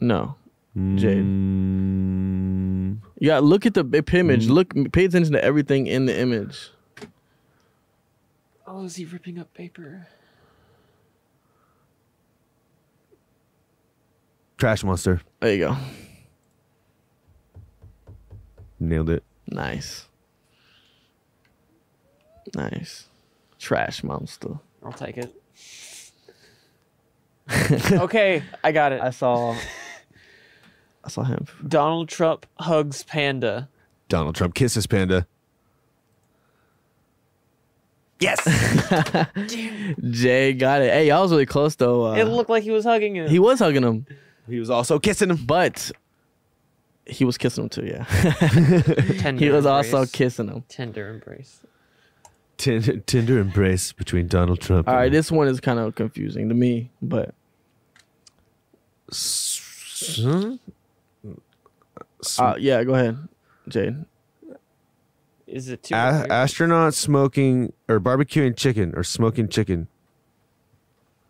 No. Jade.
Jade.
You got to look at the big
Mm-hmm.
image. Look, pay attention to everything in the image.
Oh, is he ripping up paper?
Trash monster.
There you go.
Nailed it.
Nice. Nice. Trash monster.
I'll take it. okay, I got it.
I saw. I saw him.
Donald Trump hugs panda.
Donald Trump kisses panda. Yes.
Jay got it. Hey, y'all was really close though. Uh,
it looked like he was hugging him.
he was hugging him,
he was also kissing him.
but he was kissing him too. Yeah,
Tender
he was
embrace.
also kissing him.
Tender embrace.
Tinder, Tinder embrace between Donald Trump.
All right,
and-
this one is kind of confusing to me, but
S- huh? S-
uh, yeah, go ahead, Jade.
Is it too?
a- astronaut smoking or barbecuing chicken or smoking chicken.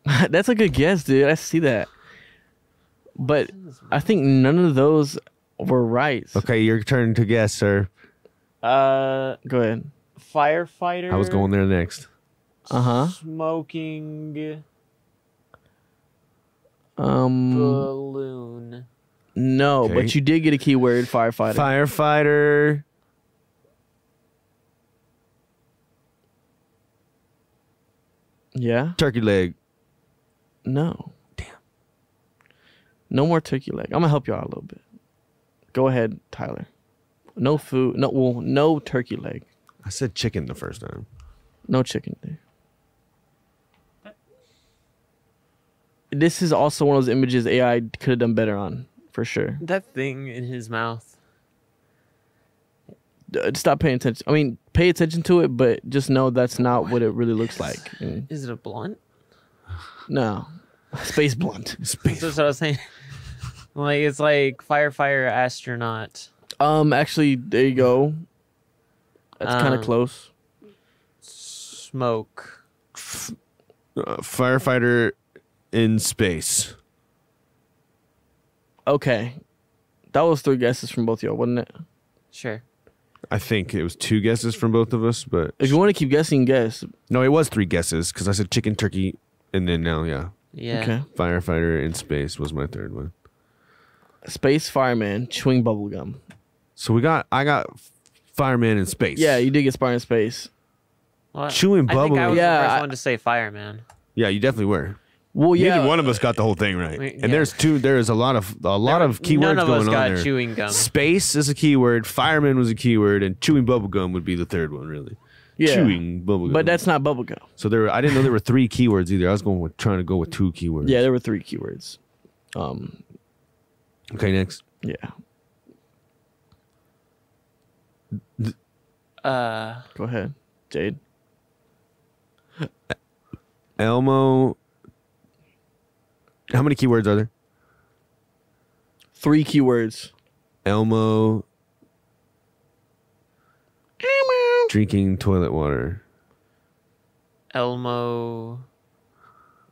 That's a good guess, dude. I see that, but I think none of those were right.
Okay, your turn to guess, sir.
uh,
Go ahead.
firefighter.
I was going there next. Uh-huh.
Uh Mm.
Smoking
huh. Um.
balloon.
No,
Okay.
but you did get a keyword, firefighter.
Firefighter.
yeah.
turkey leg.
No. Damn. No more turkey leg. I'm gonna help you out a little bit. Go ahead, Tyler. No food. No well, no turkey leg.
I said chicken the first time.
No chicken there. This is also one of those images AI could have done better on, for sure.
That thing in his mouth.
D- uh, Stop paying attention. I mean, pay attention to it, but just know that's not what it really looks like. And
Is it a blunt?
no, space blunt.
That's what I was saying. like it's like firefighter astronaut.
Um, actually, there you go. That's kind of
Um,
close.
Smoke.
Uh, firefighter in space.
Okay, that was three guesses from both y'all, wasn't it?
Sure.
I think it was two guesses from both of us, but
If you want to keep guessing, guess.
no, it was three guesses because I said chicken, turkey, and then now, yeah,
Yeah.
Okay.
firefighter in space was my third one.
Space fireman chewing bubble gum.
So we got, I got fireman in space.
Yeah, you did get Spider in space.
Well,
Chewing
I think I
bubblegum.
was
Yeah,
the first
I-
one to say fireman.
yeah, you definitely were.
Well, yeah.
Neither one of us got the whole thing right.
We-
And
yeah.
there's two. There is a lot of a lot of keywords
None of
going
us
on
got
there.
chewing gum.
Space is a keyword. Fireman was a keyword, and chewing bubblegum would be the third one, really.
yeah.
Chewing bubblegum.
But that's not bubble gum.
so there. Were, I didn't know there were three keywords either. I was going with trying to go with two keywords.
Yeah, there were three keywords. Um,
Okay, next.
yeah.
Uh,
Go ahead, Jade.
Elmo. How many keywords are there?
Three keywords.
Elmo drinking toilet water.
Elmo.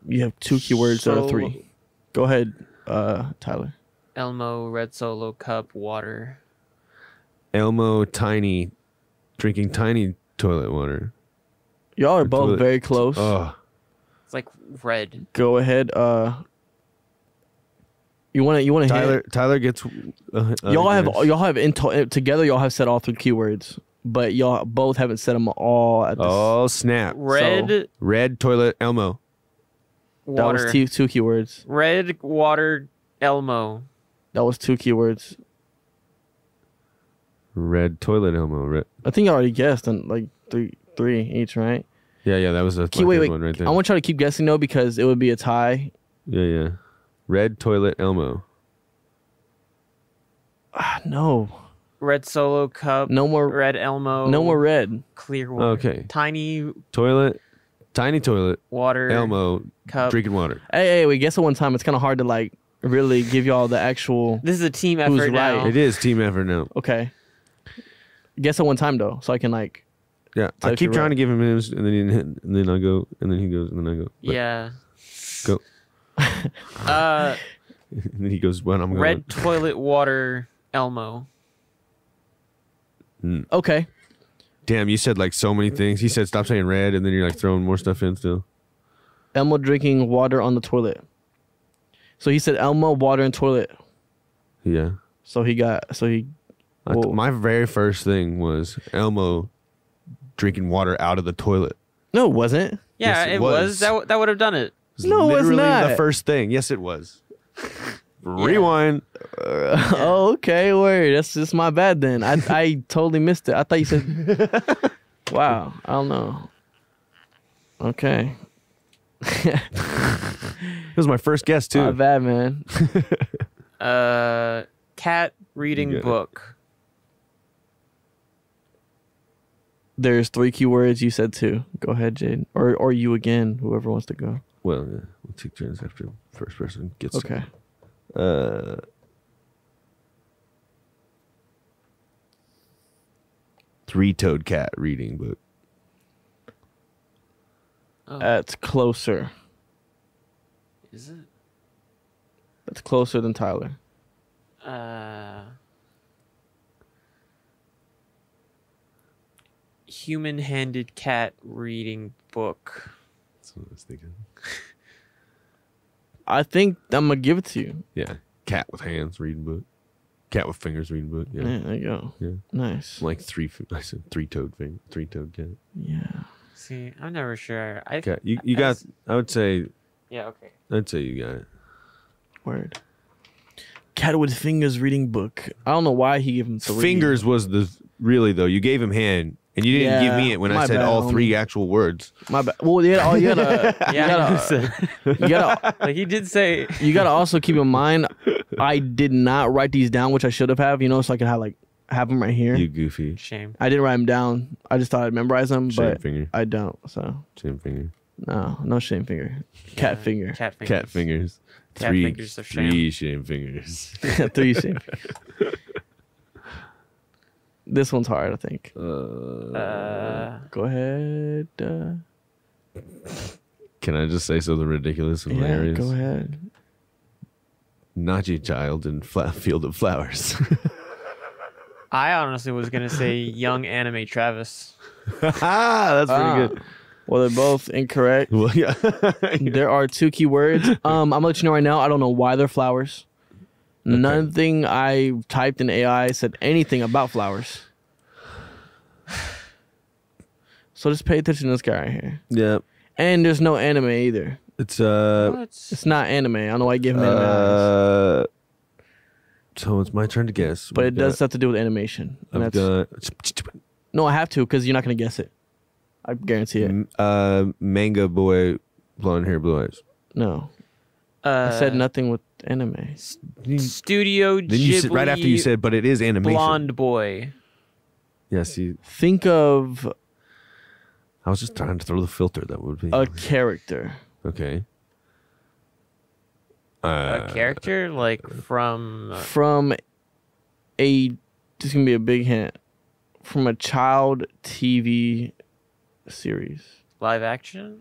You have two keywords out of
So-
three. Go ahead, uh, Tyler.
Elmo Red Solo Cup water.
Elmo tiny drinking tiny toilet water.
Y'all are both
Toilet-
very close.
Oh,
It's like red.
Go ahead. Uh, you want to? You want to?
Tyler. Tyler gets. Uh,
y'all have y'all have in to- together. Y'all have said all three keywords, but y'all both haven't said them all at the s-
Oh snap!
Red
Red toilet Elmo.
That
water.
was two two keywords.
Red water Elmo.
That was two keywords.
Red toilet Elmo. Red.
I think you already guessed on like three three each, right?
Yeah, yeah, that was the
Key, wait, wait.
one right there.
I want y'all to keep guessing though because it would be a tie.
yeah, yeah. Red toilet Elmo.
Ah, no,
Red Solo Cup.
no more,
Red Elmo.
no more red.
Clear water.
Okay.
Tiny
Toilet, tiny toilet
water.
Elmo
Cup.
drinking water.
Hey, hey, wait. Guess it one time. It's kind of hard to like really give y'all the actual.
This is a team effort
Who's
now.
right?
It is team effort now.
Okay. Guess it one time though, so I can like.
Yeah,
So
I
if
keep
you're
trying
right-
to give him his, and then he, and then I go, and then he goes, and then I go. But-
Yeah.
Go.
uh,
And then he goes, when I'm going.
red toilet water Elmo.
Okay.
Damn, you said like so many things. He said stop saying red, and then you're like throwing more stuff in still.
Elmo drinking water on the toilet. So he said Elmo water and toilet.
Yeah.
So he got so he
I th-
Well-
my very first thing was Elmo drinking water out of the toilet.
no it wasn't.
Yeah,
Yes, it
it was.
was.
That, w- that would have done it.
It's
No, it was
literally the
not.
first thing. Yes, it was. Rewind.
oh, okay, word. That's just my bad then. I I totally missed it. I thought you said. wow. I don't know. Okay.
It was my first guess too.
My bad, man.
Uh, cat
You
reading
got it.
book.
There's three keywords. You said two. Go ahead, Jade, or or you again. Whoever wants to go.
well, yeah, we'll take turns after first person gets. it.
Okay.
Uh, Three-toed cat reading book.
Oh,
Uh,
That's closer.
is it?
That's closer than Tyler.
Uh, human-handed cat reading book.
That's what I was thinking.
I think I'm gonna give it to you.
Yeah, cat with hands reading book. Cat with fingers reading book. Yeah,
Yeah, there you go.
Yeah.
Nice.
like three. fi- I said three-toed thing. Three-toed cat.
Yeah.
See, I'm never sure. I
Cat. You you
I
got.
was-
I would say.
yeah. Okay.
I'd say you got it.
Word. Cat with fingers reading book. I don't know why he gave him three.
Fingers was the really though. You gave him hand. and you didn't
Yeah,
give me it when I
my
said
bad,
all
homie.
three actual words.
My bad. Well, yeah, oh, you gotta, you
Yeah, I
gotta,
know.
you gotta,
like he did say.
you gotta also keep in mind, I did not write these down, which I should have have. You know, so I could have like have them right here.
You goofy.
Shame.
I didn't write them down. I just thought I'd memorize them,
Shame
but
finger.
I don't. So
Shame finger.
no, no shame finger, cat
Yeah,
finger,
Cat finger.
Cat fingers.
Cat
three,
fingers of shame.
Three shame fingers.
three shame. fingers. this one's hard, I think.
Uh,
Uh,
Go ahead. Uh,
can I just say something ridiculous and
yeah,
hilarious?
go ahead.
Nachi child in flat field of flowers.
I honestly was gonna say young anime Travis.
ah, that's
Ah.
pretty good.
Well, they're both incorrect.
Well, yeah.
There are two keywords. Um, I'm gonna let you know right now. I don't know why they're flowers. Nothing I typed in AI said anything about flowers. So just pay attention to this guy right here.
yeah.
And there's no anime either.
It's uh
What?
It's not anime. I don't know why I give him anime eyes.
Uh, so it's my turn to guess.
But it
We've
does
got-
have to do with animation. And
I've
that's,
got
no, I have to because you're not gonna guess it. I guarantee it.
m- uh, manga boy, blonde hair, blue eyes.
No,
Uh,
I said nothing with anime.
Studio
Then you said right after you
Ghibli
said, but it is animation.
blonde boy.
Yes, you,
Think of
I was just trying to throw the filter. That would be
a character.
okay.
A
Uh,
character like from
from a this is gonna be a big hint from a child TV series.
live action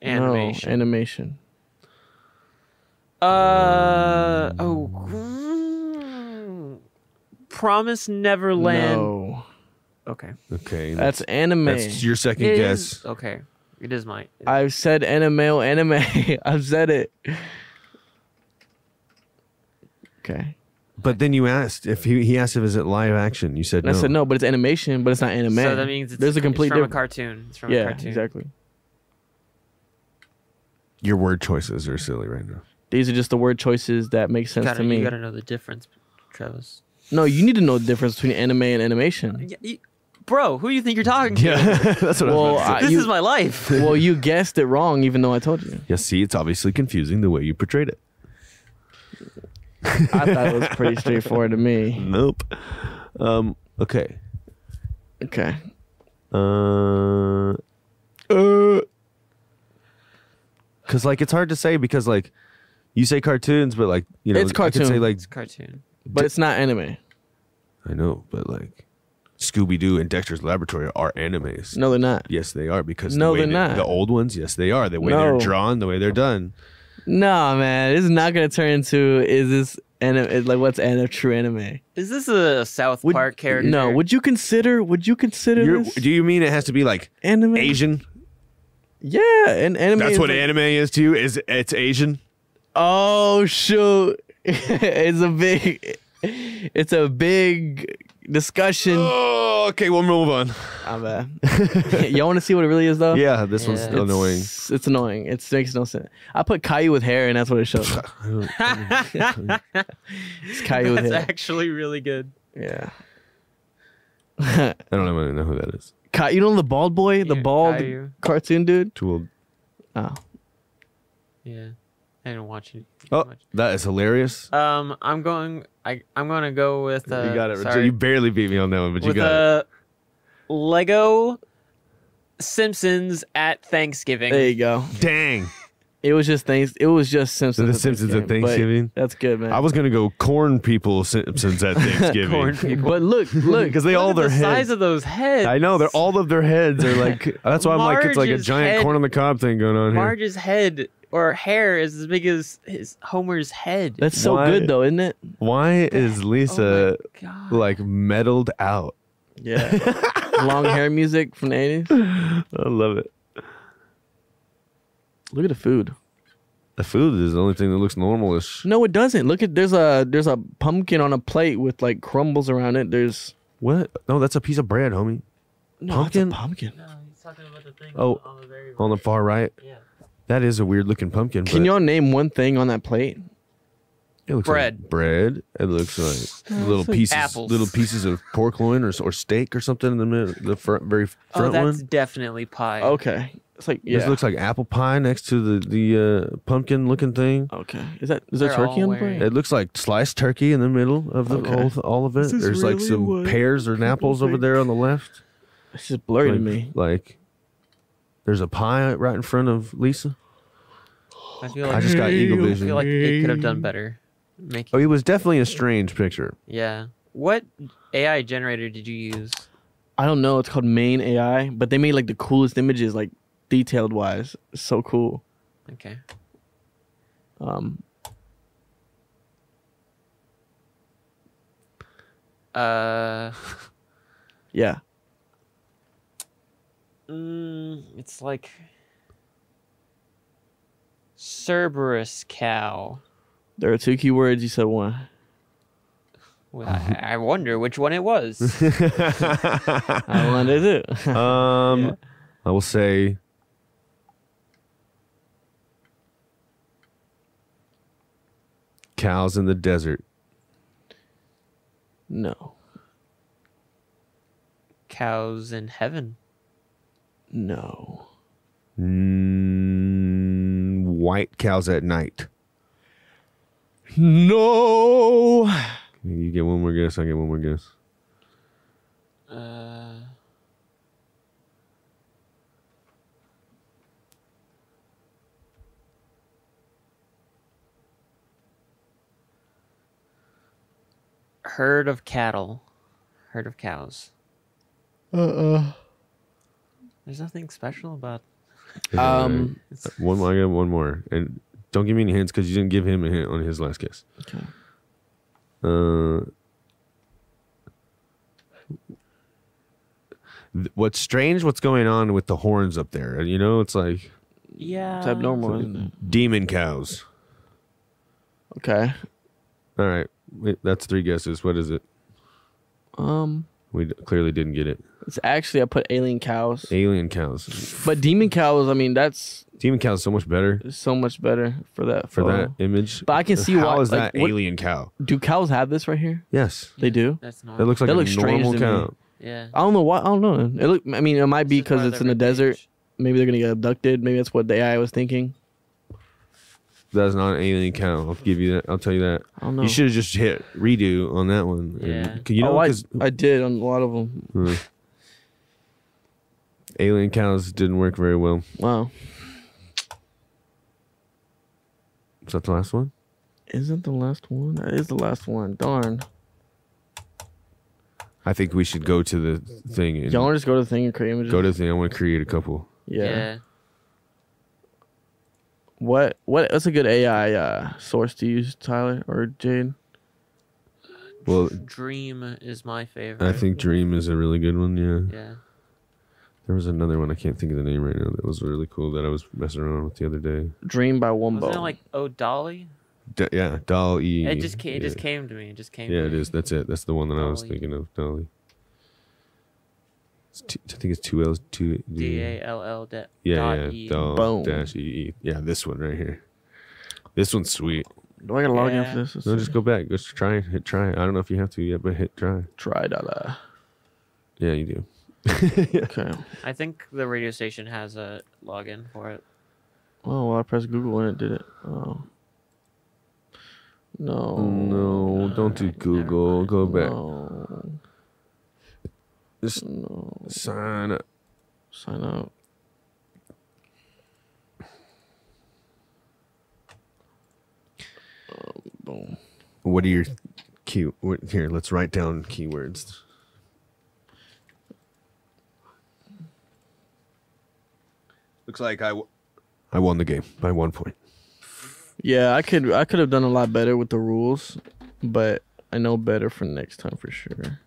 No,
animation.
animation.
uh oh. mm, Promise Neverland.
No,
Okay.
okay,
that's anime.
that's your second
It
guess.
is- okay. It is my.
I've said anime, oh, anime. I've said it. Okay,
But then you asked if he, he asked if is it live action. You said
and
no.
I said no, but it's animation, but it's not anime.
So that means it's,
there's a complete
it's from
difference.
a cartoon. It's from
yeah,
a cartoon.
exactly.
Your word choices are silly right now.
These are just the word choices that make
You
sense
gotta,
to me.
you gotta know the difference, Travis.
No, you need to know the difference between anime and animation.
Yeah, you- bro, who do you think you're talking to?
that's what
Well, I-
this
you-
is my life.
well, you guessed it wrong, even though I told you.
Yes, see, it's obviously confusing the way you portrayed it.
I thought it was pretty straightforward to me.
Nope. Um. Okay.
Okay.
Uh. Uh. Cause like it's hard to say because like you say cartoons, but like you know
It's
I could
cartoon.
say like
It's a cartoon.
But it's not anime.
I know, but like Scooby Doo and Dexter's Laboratory are animes.
No, they're not.
Yes, they are because
No,
the way
they're
they-
not.
The old ones, yes, they are. The way
No.
they're drawn, the way they're done.
No, man. This is not going to turn into is this anime? Like, what's anime, true anime?
Is this a South
Would-
Park character?
No. Would you consider, would you consider
You're,
this
do you mean it has to be like
anime?
Asian?
Yeah. And anime.
That's
is
what
like-
anime is to you. Is it's Asian?
Oh, shoot. it's a big, it's a big discussion.
Oh, okay. We'll move on.
I'm bad. Y'all want to see what it really is, though?
Yeah, this one's
Yeah.
annoying.
It's, it's annoying. It makes no sense. I put Caillou with hair, and that's what it shows.
I don't-
It's Caillou with
That's
hair.
actually really good.
Yeah.
I don't even know who that is.
Ca- you know the bald boy, the
Yeah,
bald
Caillou.
cartoon dude.
Too old.
Oh,
Yeah, I didn't watch it.
Oh, that is hilarious.
Um, I'm going. I I'm gonna go with. Uh,
you got it. Richard.
Sorry.
You barely beat me on that one, but you
with
got it.
uh, Lego Simpsons at Thanksgiving.
there you go.
Dang.
It was just things. It was just Simpsons.
The
at
Simpsons at
but
Thanksgiving?
That's good, man.
I was gonna go corn people Simpsons at Thanksgiving.
Corn people.
but look, look.
because they
Look
all
at the
their
size
heads.
of those heads.
I know they're all of their heads are like. That's why I'm like it's like a
Marge's
giant
head-
corn on the cob thing going on here.
Marge's head or hair is as big as his Homer's head.
That's so
Why-
good though, isn't it?
Why is Lisa
Oh my Oh God.
like meddled out?
Yeah. Long hair music from the '80s.
I love it.
Look at the food.
The food is the only thing that looks normalish.
No, it doesn't. Look at there's a there's a pumpkin on a plate with like crumbles around it. There's
What? No, that's a piece of bread, homie.
no,
Pumpkin?
It's a pumpkin.
No, Oh, he's talking about the thing
Oh,
on the very
On the far right,
yeah.
that is a weird looking pumpkin.
Can
but
y'all name one thing on that plate?
It looks
Bread.
like bread. It looks like
No,
little
it's like
pieces,
apples.
little pieces of pork loin or, or steak or something in the middle, the front, very
Oh,
front one. Oh,
that's definitely pie.
Okay. It's like yeah.
This looks like apple pie next to the the uh, pumpkin looking thing.
okay. Is that is there
They're
turkey
all
on the plate?
wearing-
It looks like sliced turkey in the middle of the
Okay.
whole th- all of it.
This is
There's like
really
some
what
pears or apples over
think.
there on the left.
It's just blurry
like,
to me.
like there's a pie right in front of Lisa.
I feel like
I just got
Mm-hmm.
eagle
I
vision.
feel like it could have done better. Make
oh, it was definitely a strange picture.
yeah. What AI generator did you use?
I don't know. It's called Main AI, but they made like the coolest images, like detailed wise. It's so cool.
Okay.
Um,
Uh,
yeah.
mm, it's like Cerberus cow.
There are two keywords. You said one.
Well, I, I wonder which one it was.
I don't know what it is.
um,
Yeah.
I will say cows in the desert.
no.
Cows in heaven.
No.
Mm, white cows at night.
No.
You get one more guess. I get one more guess.
Uh, herd of cattle, herd of cows.
Uh.
There's nothing special about.
uh Um.
It's,
one more. I got one more. And don't give me any hints because you didn't give him a hint on his last guess.
Okay.
Uh, th- what's strange? What's going on with the horns up there? You know, it's like
yeah.
It's
Uh,
abnormal, isn't it?
demon cows.
Okay.
All right, wait, that's three guesses. What is it?
Um.
We d- clearly didn't get it.
It's actually I put alien cows,
Alien cows.
but demon cows. I mean, that's
Demon cows so much better
so much better for that.
for
photo.
that image.
But I can see
How
why-
is
like,
that
what-
alien cow?
Do cows have this right here?
Yes,
They do.
That's
that
normal.
looks like
That
a
looks strange
normal
to me.
cow.
yeah.
I don't know why. I don't know. It look. I mean, it might be
This is part
because
of
it's in the
rib
desert.
cage.
Maybe they're gonna get abducted. Maybe that's what the AI was thinking.
That's not an alien cow. I'll give you that. I'll tell you that.
I don't know.
You should have just hit redo on that one. and-
Yeah.
'cause you know,
oh, I,
'cause-
I did on a lot of them.
Hmm. Alien cows didn't work very well.
Wow.
Is that the last one?
Isn't the last one? That is the last one. Darn.
I think we should go to the thing and
Y'all wanna just go to the thing and create images.
go to the thing. I want to create a couple.
yeah. What? What? That's a good AI uh, source to use, Tyler or Jade.
Well,
Dream is my favorite.
I think Dream is a really good one. Yeah.
Yeah.
There was another one I can't think of the name right now that was really cool that I was messing around with the other day.
Dream by Wombo.
Wasn't it like Oh Dolly?
D- yeah, Doll E.
It just ca- it just
Yeah.
came to me. It just came.
Yeah,
to
it
me.
is. That's it. That's the one that I was
Dolly.
thinking of. Dolly. It's two, I think it's two L's. Two
D A L L da-
Yeah,
dot
yeah,
E.
Doll
Boom.
dash EE. Yeah, this one right here. This one's sweet.
Do I gotta log in
Yeah.
for this? Let's
No,
see.
just go back. Just try it. Hit try. I don't know if you have to yet, but hit try.
try dot. uh,
Yeah, you do.
Okay.
I think the radio station has a login for it.
Oh well, I pressed Google and it did it. Oh. No.
no, don't do
Alright,
Google. Go back.
Oh, No.
Just
No.
sign up.
Sign up. Um, boom.
What are your key? What, here, let's write down keywords. Looks like I, w- I won the game by one point.
Yeah, I could I could have done a lot better with the rules, but I know better for next time for sure.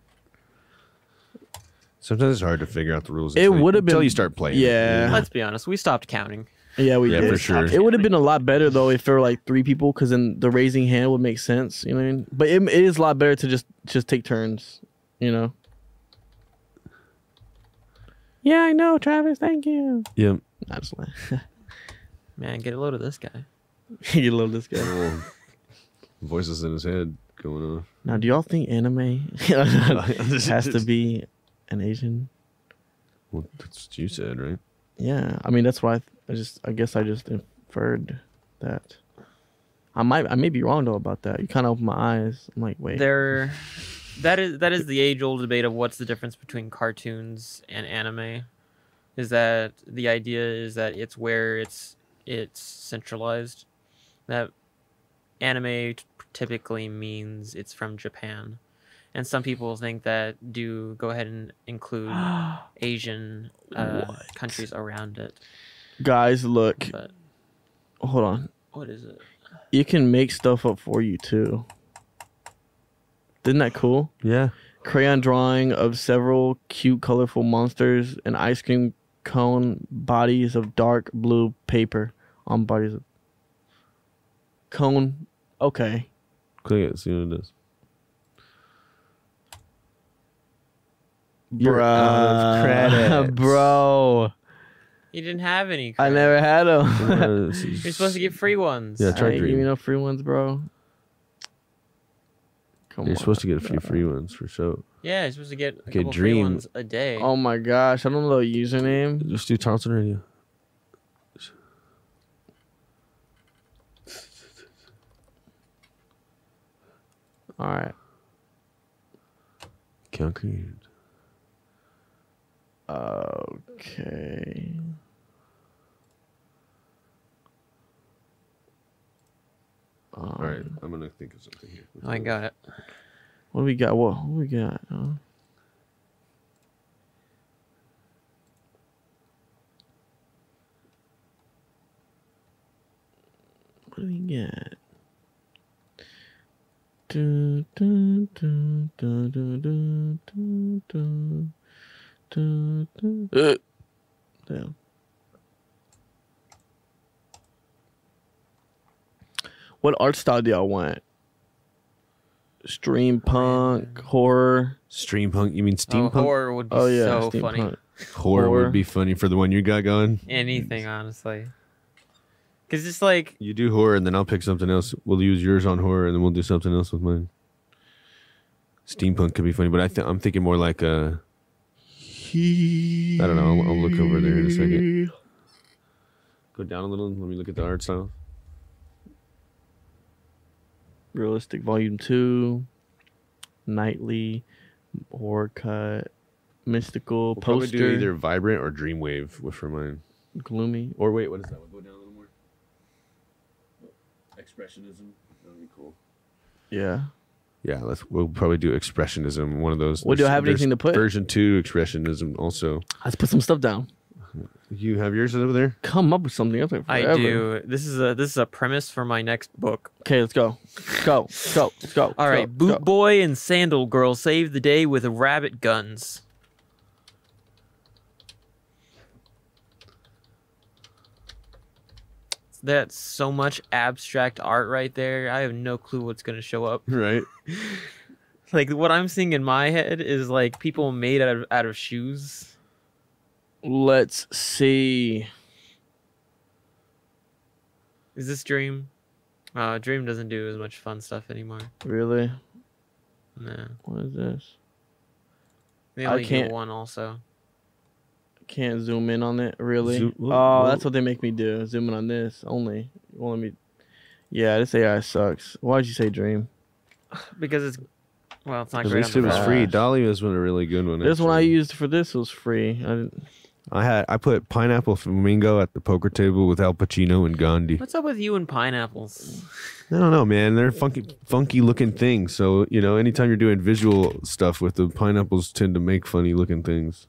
Sometimes it's hard to figure out the rules.
It
until you-
would have been-
until you start playing.
yeah.
Let's be honest, we stopped counting.
Yeah, we
Yeah,
did.
for sure.
It would have been a lot better though if there were like three people, because then the raising hand would make sense. You know what I mean? But it, it is a lot better to just just take turns. You know. Yeah, I know, Travis. Thank you.
Yep.
Not just lying.
Man, get a load of this guy.
you love this guy.
Well, voices in his head going on.
Now, do y'all think anime has to be an Asian?
Well, that's what you said, right?
Yeah, I mean that's why I, th- I just I guess I just inferred that. I might I may be wrong though about that. You kind of opened my eyes. I'm like, wait,
There, that is that is the age old debate of what's the difference between cartoons and anime. Is that the idea is that it's where it's it's centralized. That anime t- typically means it's from Japan, and some people think that do go ahead and include Asian uh,
What?
countries around it.
guys, look,
But
hold on.
what is it?
You can make stuff up for you too. Isn't that cool?
Yeah.
Crayon drawing of several cute, colorful monsters and ice cream cone bodies of dark blue paper on bodies of cone. Okay,
Click it. See what it is.
Bruh. bro.
You didn't have any.
I
credit.
never had them.
You're
You're supposed to get free ones.
Yeah, try
I ain't give me
Dream.
no free ones, bro. Come
You're
on.
supposed to get a few free ones for sure.
Yeah, you're supposed to get a
Okay,
couple free
Dream.
ones a day.
oh my gosh, I don't know the username.
Just do Thompson Radio.
All right.
Concrete.
Okay. Um,
All right, I'm gonna think of something here.
Oh, I got it.
What do we got? What, what we got? huh? What do we got? Dun, dun, dun, dun, dun, dun, dun, dun, dun, dun. Ugh. Damn. What art style do y'all want? Stream punk, horror.
Stream punk. You mean
Oh,
steampunk? horror.
horror would be
Oh yeah,
so
steam
funny.
punk. horror.
Oh, would be funny for the one you got going.
Anything, honestly. Because it's like,
You do horror, and then I'll pick something else. We'll use yours on horror, and then we'll do something else with mine. Steampunk could be funny, but I think I'm thinking more like uh I don't know. I'll, I'll look over there in a second. Go down a little. and Let me look at the art style.
Realistic Volume 2, Nightly, Horror Cut,
We'll
Mystical,
probably
Poster,
do either vibrant or dreamwave with- for mine.
Gloomy.
Or wait, what is that? We'll go down a little more. Expressionism. That would be cool.
Yeah.
Yeah, let's. We'll probably do expressionism. One of those.
Well, do I
there's-
have anything
there's
to put?
Version two expressionism. Also,
Let's put some stuff down.
you have yours over there.
Come up with something. Up there
I do. This is a this is a premise for my next book.
Okay, let's go. Go, go, let's go.
All right,
go,
boot boy and sandal girl save the day with rabbit guns. That's so much abstract art right there. I have no clue what's gonna show up.
Right.
Like what I'm seeing in my head is like people made out of out of shoes.
go. Let's see.
Is this Dream? Uh, Dream doesn't do as much fun stuff anymore.
Really?
No,
What is this?
they
I
only do
can't-
one also.
Can't zoom in on it, really?
Zoom-
oh,
whoa, whoa.
that's what they make me do. Zoom in on this only. Well, let me. Yeah, this AI sucks. Why'd you say dream?
Because it's well, it's not
At
great.
least
on
it
the
was
phone.
free.
Gosh.
Dolly was one a really good one.
This one I
actually.
used for this was free. I didn't,
I had. I put pineapple flamingo at the poker table with Al Pacino and Gandhi.
What's up with you and pineapples?
I don't know, man. They're funky, funky looking things. So you know, anytime you're doing visual stuff with the pineapples, tend to make funny looking things.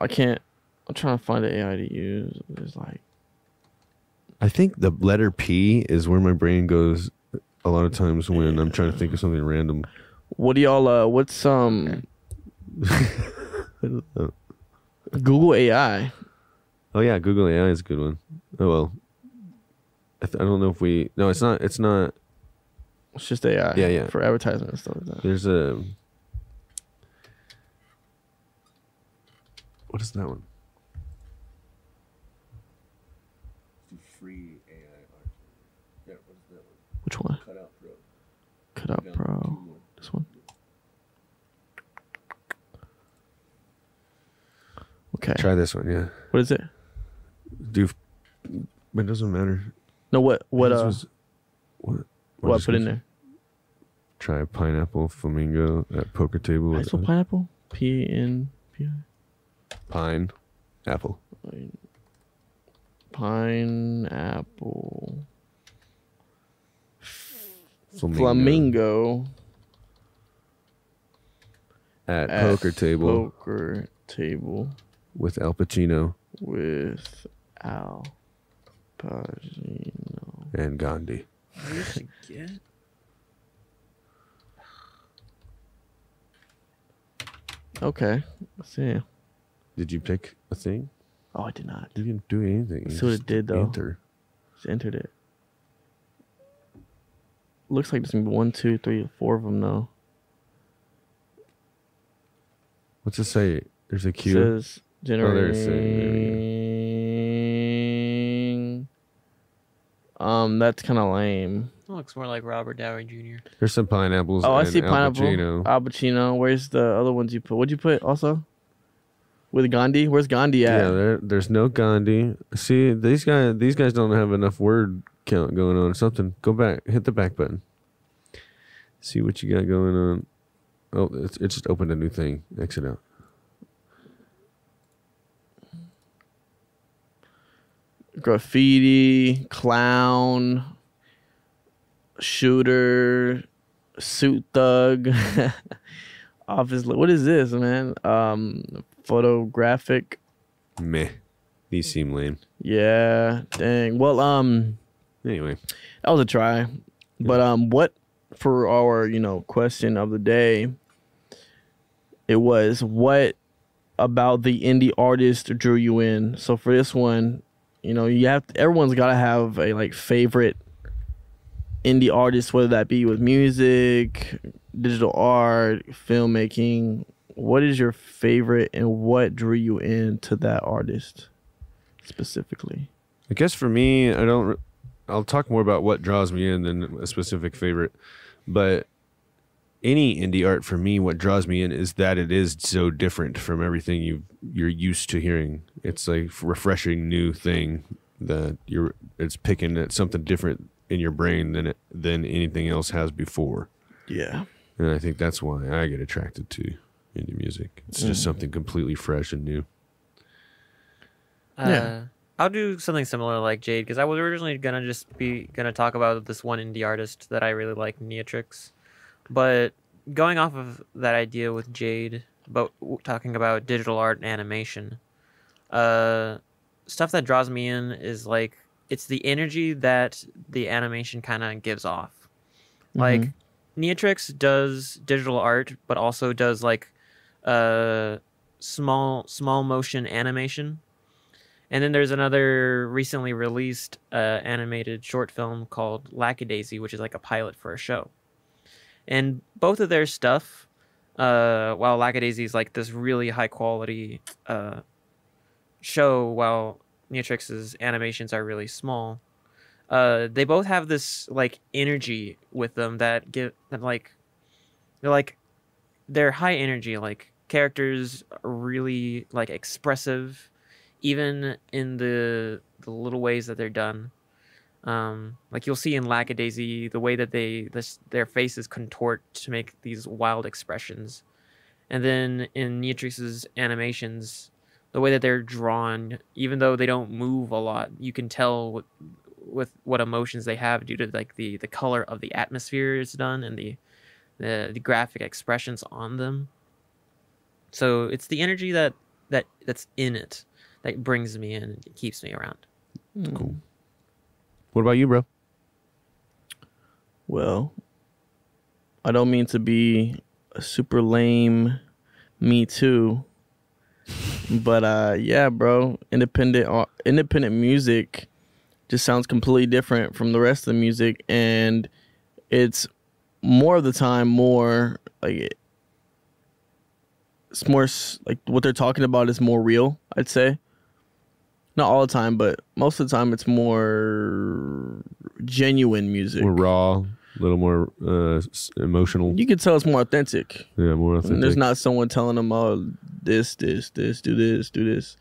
I can't. I'm trying to find an AI to use. It's like
I think the letter P is where my brain goes a lot of times when I'm trying to think of something random.
what do y'all uh what's um Google AI?
Oh yeah, Google AI is a good one. Oh well, I, th- I don't know if we. No, it's not. It's not.
It's just AI.
Yeah, yeah.
For advertisement and stuff like that.
There's a. What is that one? Free AI art. Yeah, what is that one?
Which one?
Cut out pro. Try this one. Yeah.
What is it?
Do. It doesn't matter.
No, what what
This
uh
was- what? I'm
what I
just
put in
gonna
there?
Try pineapple flamingo at poker table with
Pineapple,
a
pineapple, P N P I
pine apple.
pineapple
Flamingo,
flamingo
at,
at
poker table
poker table
with Al Pacino
with Al Pacino.
and Gandhi.
Okay, see.
Did you pick a thing?
Oh, I did not.
You didn't do anything. You
See what it
just
did, though.
Enter.
Just entered it. Looks like there's gonna be one, two, three, four of them though.
What's it say? There's a
It
cue.
says
there's a- Oh, there we go.
generating. um, that's kind of lame.
looks more like Robert Downey Jr.
There's some pineapples.
Oh, I
and
see
Al
pineapple. Oh,
Pacino.
Al Pacino. Where's the other ones you put? What'd you put also? With Gandhi? Where's Gandhi at?
Yeah, there, there's no Gandhi. See, these guys, these guys don't have enough word count going on. or Something. Go back. Hit the back button. See what you got going on. Oh, it's, it just opened a new thing. Exit out.
graffiti, clown, shooter, suit thug, office. What is this, man? Um, photographic.
Meh. These seem lame.
Yeah, dang. Well, um,
Anyway,
that was a try, but um, what for our you know question of the day? It was what about the indie artist drew you in? So for this one, you know, you have everyone's got to have a like favorite indie artist, whether that be with music, digital art, filmmaking. What is your favorite, and what drew you in to that artist specifically?
I guess for me, I don't. re- I'll talk more about what draws me in than a specific favorite, but any indie art for me, what draws me in is that it is so different from everything you you're used to hearing. It's like a refreshing new thing that you're. It's picking at something different in your brain than it, than anything else has before,
Yeah.
and I think that's why I get attracted to indie music. It's just something completely fresh and new.
Uh,
Yeah.
I'll do something similar like Jade because I was originally gonna just be gonna talk about this one indie artist that I really like, Neatrix. But going off of that idea with Jade, but w- talking about digital art and animation, uh, stuff that draws me in is like it's the energy that the animation kind of gives off. Like Neatrix does digital art, but also does like uh small small motion animation. And then there's another recently released uh, animated short film called Lackadaisy, which is like a pilot for a show. And both of their stuff, uh, while Lackadaisy is like this really high quality uh, show, while Neatrix's animations are really small, uh, they both have this like energy with them that give that like they're like they're high energy like characters are really like expressive even in the the little ways that they're done um like you'll see in lackadaisy the way that they this, their faces contort to make these wild expressions and then in Neatrix's animations the way that they're drawn even though they don't move a lot you can tell what, with what emotions they have due to like the the color of the atmosphere is done and the the, the graphic expressions on them so it's the energy that that that's in it that brings me in and keeps me around
Cool. What about you, bro?
Well, I don't mean to be a super lame me too. But uh yeah, bro, independent ar- independent music just sounds completely different from the rest of the music and it's more of the time more like it, it's more s- like what they're talking about is more real, I'd say. Not all the time, but most of the time it's more genuine music
We're raw. a little more uh, s- emotional.
You can tell it's more authentic.
Yeah, more
And
authentic.
there's not someone telling them, "Oh, this, this, this, do this, do this."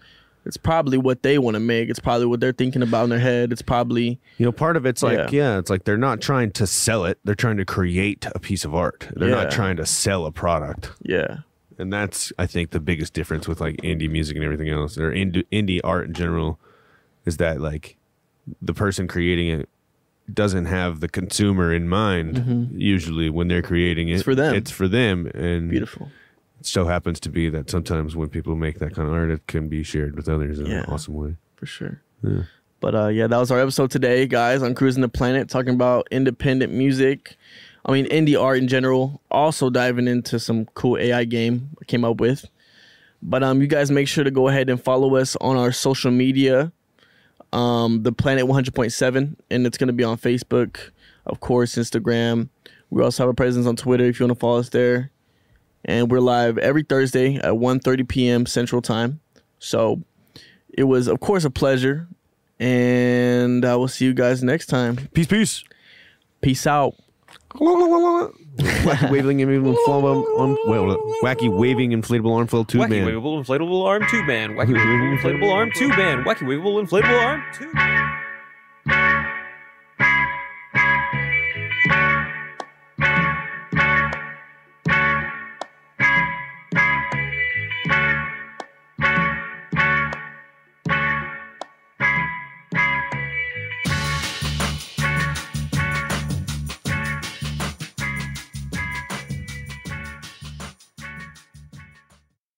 It's probably what they want to make. It's probably what they're thinking about in their head. It's probably
You know, part of it's like, yeah. it's like they're not trying to sell it; they're trying to create a piece of art. They're
Yeah.
not trying to sell a product,
yeah,
and that's I think the biggest difference with like indie music and everything else, or indie, indie art in general, is that like the person creating it doesn't have the consumer in mind. Usually, when they're creating it,
Mm-hmm. It's for them.
It's for them, and
beautiful.
it so happens to be that sometimes when people make that kind of art, it can be shared with others in
Yeah.
an awesome way.
for sure.
Yeah.
But uh, yeah, that was our episode today, guys, on Cruising the Planet, talking about independent music. I mean, indie art in general. Also diving into some cool AI game I came up with. But um, you guys make sure to go ahead and follow us on our social media, um, the Planet 100.7, and it's going to be on Facebook, of course, Instagram. We also have a presence on Twitter if you want to follow us there. And we're live every Thursday at 1.30 p.m. Central Time. So it was, of course, a pleasure. And I will see you guys next time.
Peace, peace.
Peace out.
wacky waving inflatable arm, well, wacky waving inflatable arm flow tube
wacky
man.
waveable inflatable arm tube man. Wacky waveable inflatable arm tube man. Wacky waveable inflatable arm tube.